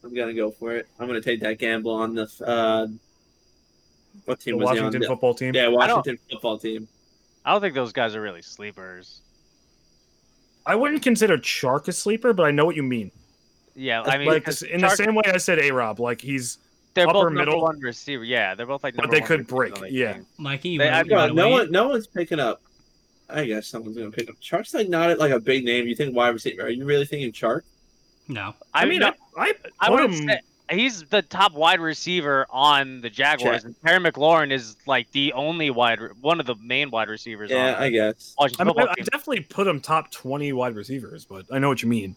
[SPEAKER 2] I'm gonna go for it. I'm gonna take that gamble on the uh, what
[SPEAKER 4] The
[SPEAKER 2] team was he on?
[SPEAKER 4] Washington football team.
[SPEAKER 2] yeah,
[SPEAKER 3] I don't-
[SPEAKER 2] Washington football team.
[SPEAKER 3] I don't think those guys are really sleepers.
[SPEAKER 4] I wouldn't consider Chark a sleeper, but I know what you mean.
[SPEAKER 3] Yeah, I
[SPEAKER 2] That's
[SPEAKER 3] mean,
[SPEAKER 4] like
[SPEAKER 3] 'cause
[SPEAKER 4] in
[SPEAKER 3] Chark-
[SPEAKER 4] the same way I said A Rob, like he's
[SPEAKER 3] they're
[SPEAKER 4] upper
[SPEAKER 3] both number
[SPEAKER 4] middle.
[SPEAKER 3] one receiver. Yeah, they're both like.
[SPEAKER 4] But
[SPEAKER 3] number
[SPEAKER 4] they
[SPEAKER 3] one
[SPEAKER 4] could
[SPEAKER 3] receiver
[SPEAKER 4] break,
[SPEAKER 3] in the
[SPEAKER 4] yeah.
[SPEAKER 3] league.
[SPEAKER 1] Mikey, you
[SPEAKER 3] They-
[SPEAKER 1] wanna-
[SPEAKER 3] I-
[SPEAKER 1] you
[SPEAKER 2] Bro,
[SPEAKER 1] wanna
[SPEAKER 2] no
[SPEAKER 1] wait?
[SPEAKER 2] one, no one's picking up. I guess someone's gonna pick up. Chark's like not like a big name. You think wide receiver? Are you really thinking Chark?
[SPEAKER 1] No.
[SPEAKER 4] I mean, I, I,
[SPEAKER 3] I
[SPEAKER 4] put
[SPEAKER 3] would
[SPEAKER 4] him-
[SPEAKER 3] say he's the top wide receiver on the Jaguars, and Terry McLaurin is like the only wide, re- one of the main wide receivers
[SPEAKER 2] Yeah,
[SPEAKER 3] on
[SPEAKER 2] I guess.
[SPEAKER 4] I,
[SPEAKER 3] Washington
[SPEAKER 4] mean, I,
[SPEAKER 3] football
[SPEAKER 4] I
[SPEAKER 3] team.
[SPEAKER 4] definitely put him top twenty wide receivers, but I know what you mean.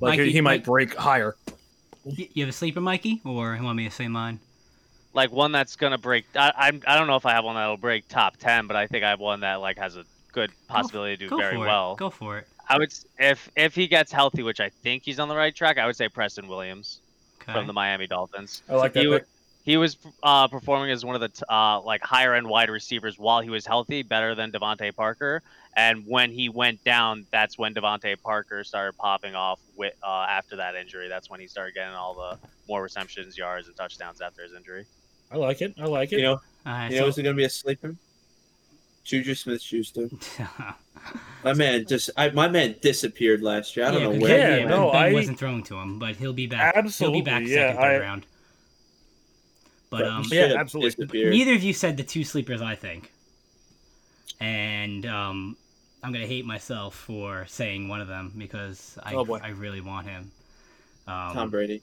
[SPEAKER 4] Like
[SPEAKER 1] Mikey,
[SPEAKER 4] he, he might
[SPEAKER 1] Mike-
[SPEAKER 4] break higher.
[SPEAKER 1] Y- You have a sleeper, Mikey, or you want me to say mine?
[SPEAKER 3] like one that's gonna break. I, I'm, I don't know if I have one that'll break top ten, but I think I have one that like has a good possibility to do
[SPEAKER 1] Go
[SPEAKER 3] very
[SPEAKER 1] for
[SPEAKER 3] well.
[SPEAKER 1] it. Go for it.
[SPEAKER 3] I would s- if if he gets healthy, which I think he's on the right track. I would say Preston Williams
[SPEAKER 1] Okay.
[SPEAKER 3] from the Miami Dolphins.
[SPEAKER 4] I like
[SPEAKER 3] He, wa- he was uh, performing as one of the t- uh, like higher end wide receivers while he was healthy, better than Devontae Parker. And when he went down, that's when Devontae Parker started popping off. With uh, after that injury, that's when he started getting all the more receptions, yards, and touchdowns after his injury.
[SPEAKER 4] I like it. I like
[SPEAKER 2] You know,
[SPEAKER 1] All right,
[SPEAKER 2] you know, is
[SPEAKER 1] so-
[SPEAKER 2] it gonna be a sleeper? Juju Smith Schuster. My man just, I, my man disappeared last year. I don't
[SPEAKER 1] yeah,
[SPEAKER 2] know
[SPEAKER 1] 'cause
[SPEAKER 2] where.
[SPEAKER 1] Ben-
[SPEAKER 2] he
[SPEAKER 1] yeah,
[SPEAKER 4] Yeah,
[SPEAKER 2] went.
[SPEAKER 4] no,
[SPEAKER 1] Ben
[SPEAKER 4] I-
[SPEAKER 1] wasn't throwing to him, but he'll be back.
[SPEAKER 4] Absolutely,
[SPEAKER 1] he'll be back
[SPEAKER 4] yeah,
[SPEAKER 1] second, third
[SPEAKER 4] I-
[SPEAKER 1] round. But
[SPEAKER 4] But-
[SPEAKER 1] um,
[SPEAKER 2] He
[SPEAKER 4] Yeah,
[SPEAKER 2] should've
[SPEAKER 4] absolutely.
[SPEAKER 2] Disappeared.
[SPEAKER 1] neither of you said the two sleepers I think, and um, I'm gonna hate myself for saying one of them because I
[SPEAKER 4] Oh, boy.
[SPEAKER 1] I really want him. Um,
[SPEAKER 2] Tom Brady.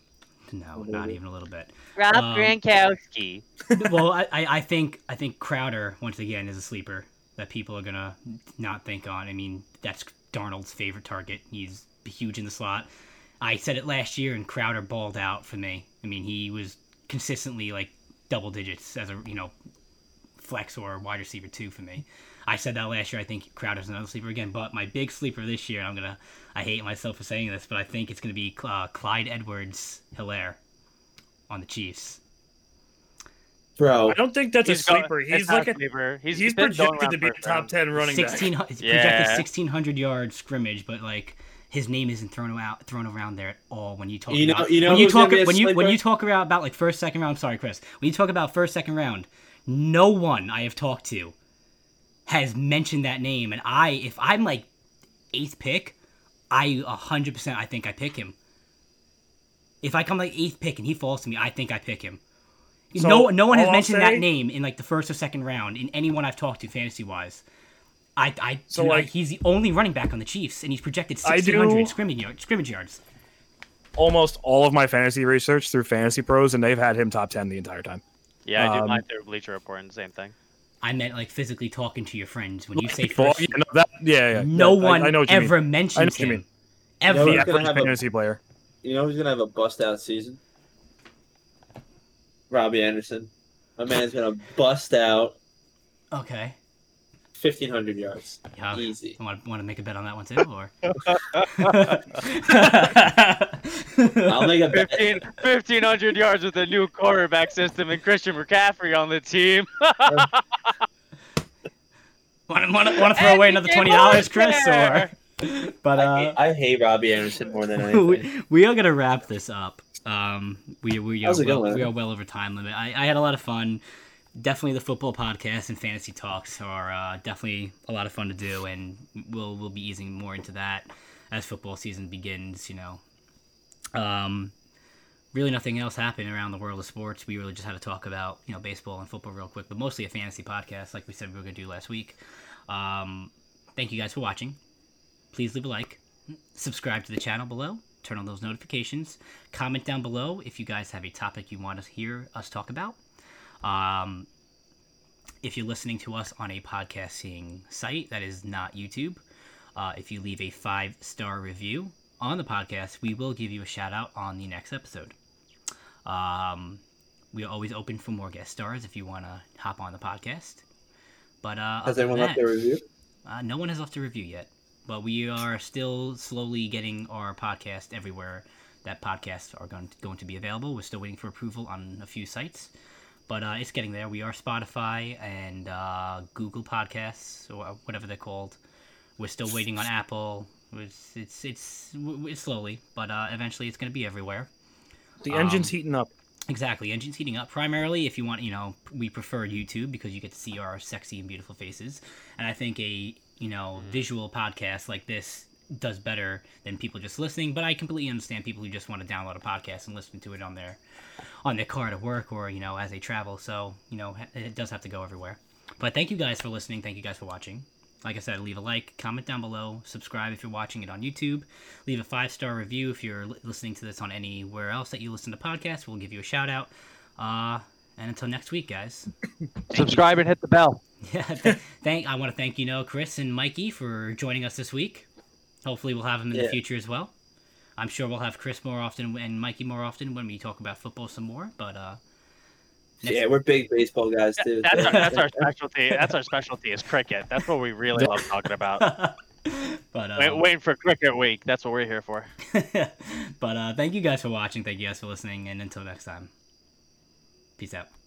[SPEAKER 1] No, not even a little bit.
[SPEAKER 3] Rob
[SPEAKER 1] Um,
[SPEAKER 3] Gronkowski.
[SPEAKER 1] well, I, I I think I think Crowder once again is a sleeper that people are gonna not think on. I mean, that's Darnold's favorite target. He's huge in the slot. I said it last year, and Crowder balled out for me. I mean, he was consistently like double digits as a you know flex or wide receiver two for me. I said that last year. I think Crowder's another sleeper again, but my big sleeper this year, and I'm gonna I hate myself for saying this, but I think it's gonna be uh, Clyde edwards hilaire on the Chiefs.
[SPEAKER 2] Bro,
[SPEAKER 4] I don't think that's a
[SPEAKER 3] go-
[SPEAKER 4] sleeper.
[SPEAKER 3] it's
[SPEAKER 4] he's
[SPEAKER 3] not
[SPEAKER 4] like
[SPEAKER 3] a
[SPEAKER 4] a,
[SPEAKER 3] sleeper. He's,
[SPEAKER 4] he's,
[SPEAKER 3] been going
[SPEAKER 4] projected to
[SPEAKER 3] around
[SPEAKER 4] be a
[SPEAKER 3] first
[SPEAKER 4] top
[SPEAKER 3] round.
[SPEAKER 4] ten running back.
[SPEAKER 1] 16 hu- it's
[SPEAKER 3] Yeah.
[SPEAKER 1] projected 1600 yard scrimmage but like his name isn't thrown out thrown around there at all when you talk.
[SPEAKER 2] You know-
[SPEAKER 1] about,
[SPEAKER 2] you know
[SPEAKER 1] when you
[SPEAKER 2] who's gonna
[SPEAKER 1] talk
[SPEAKER 2] be a
[SPEAKER 1] when you when
[SPEAKER 2] sleeper?
[SPEAKER 1] you talk about, about like first second round. Sorry, Chris. When you talk about first second round, no one I have talked to has mentioned that name, and I if I'm like eighth pick, I hundred percent I think I pick him. If I come like eighth pick and he falls to me, I think I pick him.
[SPEAKER 4] So,
[SPEAKER 1] no, no one has
[SPEAKER 4] all I'll
[SPEAKER 1] mentioned
[SPEAKER 4] say-
[SPEAKER 1] that name in like the first or second round in anyone I've talked to fantasy wise. I, I,
[SPEAKER 4] So,
[SPEAKER 1] dude, I-
[SPEAKER 4] like-
[SPEAKER 1] he's the only running back on the Chiefs, and he's projected
[SPEAKER 4] I do-
[SPEAKER 1] 1,600 scrimmage, yard, scrimmage yards.
[SPEAKER 4] Almost all of my fantasy research through Fantasy Pros, and they've had him top ten the entire time.
[SPEAKER 3] Yeah, I do
[SPEAKER 4] Um,
[SPEAKER 3] mine through Bleacher Report and the same thing.
[SPEAKER 1] I meant like physically talking to your friends when you say
[SPEAKER 4] Well,
[SPEAKER 1] first.
[SPEAKER 4] yeah, no, that, yeah, yeah,
[SPEAKER 1] no
[SPEAKER 4] yeah, I-
[SPEAKER 1] one
[SPEAKER 4] I, know what you mean.
[SPEAKER 1] ever
[SPEAKER 4] I know
[SPEAKER 1] mentions
[SPEAKER 4] what you
[SPEAKER 1] him.
[SPEAKER 4] mean.
[SPEAKER 1] Ever.
[SPEAKER 2] Yeah,
[SPEAKER 4] the
[SPEAKER 2] He's gonna
[SPEAKER 4] average
[SPEAKER 2] have a-
[SPEAKER 4] fantasy player.
[SPEAKER 2] You know who's gonna have a bust out season? Robbie Anderson. My man's gonna bust out
[SPEAKER 1] Okay.
[SPEAKER 2] fifteen hundred yards.
[SPEAKER 1] Yeah.
[SPEAKER 2] Easy.
[SPEAKER 1] Want to want to make a bet on that one too, or?
[SPEAKER 2] I'll make a bet.
[SPEAKER 3] 15, 1,500 yards with a new quarterback system and Christian McCaffrey on the team.
[SPEAKER 1] want to want to throw away another twenty dollars, Chris, or? But uh,
[SPEAKER 2] I hate Robbie Anderson more than anything.
[SPEAKER 1] we, we are gonna wrap this up. Um, we we
[SPEAKER 2] That
[SPEAKER 1] are,
[SPEAKER 2] was a good
[SPEAKER 1] well,
[SPEAKER 2] one.
[SPEAKER 1] we are well over time limit. I, I had a lot of fun. Definitely, the football podcast and fantasy talks are uh, definitely a lot of fun to do, and we'll we'll be easing more into that as football season begins. You know, um, really nothing else happened around the world of sports. We really just had to talk about you know baseball and football real quick, but mostly a fantasy podcast, like we said we were gonna do last week. Um, thank you guys for watching. Please leave a like, subscribe to the channel below, turn on those notifications, comment down below if you guys have a topic you want to hear us talk about. Um, if you're listening to us on a podcasting site that is not YouTube, uh, if you leave a five star review on the podcast, we will give you a shout out on the next episode. Um, we are always open for more guest stars if you want to hop on the podcast. But uh,
[SPEAKER 2] Has
[SPEAKER 1] other than
[SPEAKER 2] anyone left
[SPEAKER 1] that-
[SPEAKER 2] their review?
[SPEAKER 1] uh, no one has left a review yet, but we are still slowly getting our podcast everywhere that podcasts are going to, going to be available. We're still waiting for approval on a few sites, but uh, it's getting there. We are Spotify and uh, Google Podcasts or whatever they're called. We're still waiting on Apple. It's it's it's, it's slowly, but uh, eventually it's going to be everywhere.
[SPEAKER 4] The
[SPEAKER 1] Um,
[SPEAKER 4] engine's heating up.
[SPEAKER 1] Exactly. Engine's heating up. Primarily, if you want, you know, we prefer YouTube because you get to see our sexy and beautiful faces. And I think a, you know, visual podcast like this does better than people just listening. But I completely understand people who just want to download a podcast and listen to it on their, on their car to work or, you know, as they travel. So, you know, ha- it does have to go everywhere. But thank you guys for listening. Thank you guys for watching. Like I said, leave a like, comment down below, subscribe if you're watching it on YouTube, leave a five star review if you're li- listening to this on anywhere else that you listen to podcasts. We'll give you a shout out. Uh, and until next week, guys.
[SPEAKER 3] Subscribe and hit the bell.
[SPEAKER 1] Yeah, th- thank. I want to thank you know Chris and Mikey for joining us this week. Hopefully, we'll have them in the
[SPEAKER 2] Yeah.
[SPEAKER 1] future as well. I'm sure we'll have Chris more often and Mikey more often when we talk about football some more. But uh, next-
[SPEAKER 2] Yeah, we're big baseball guys too.
[SPEAKER 3] That's our, that's our specialty. That's our specialty is cricket. That's what we really love talking about.
[SPEAKER 1] but uh,
[SPEAKER 3] Wait, waiting for cricket week. That's what we're here for.
[SPEAKER 1] but uh, thank you guys for watching. Thank you guys for listening. And until next time, peace out.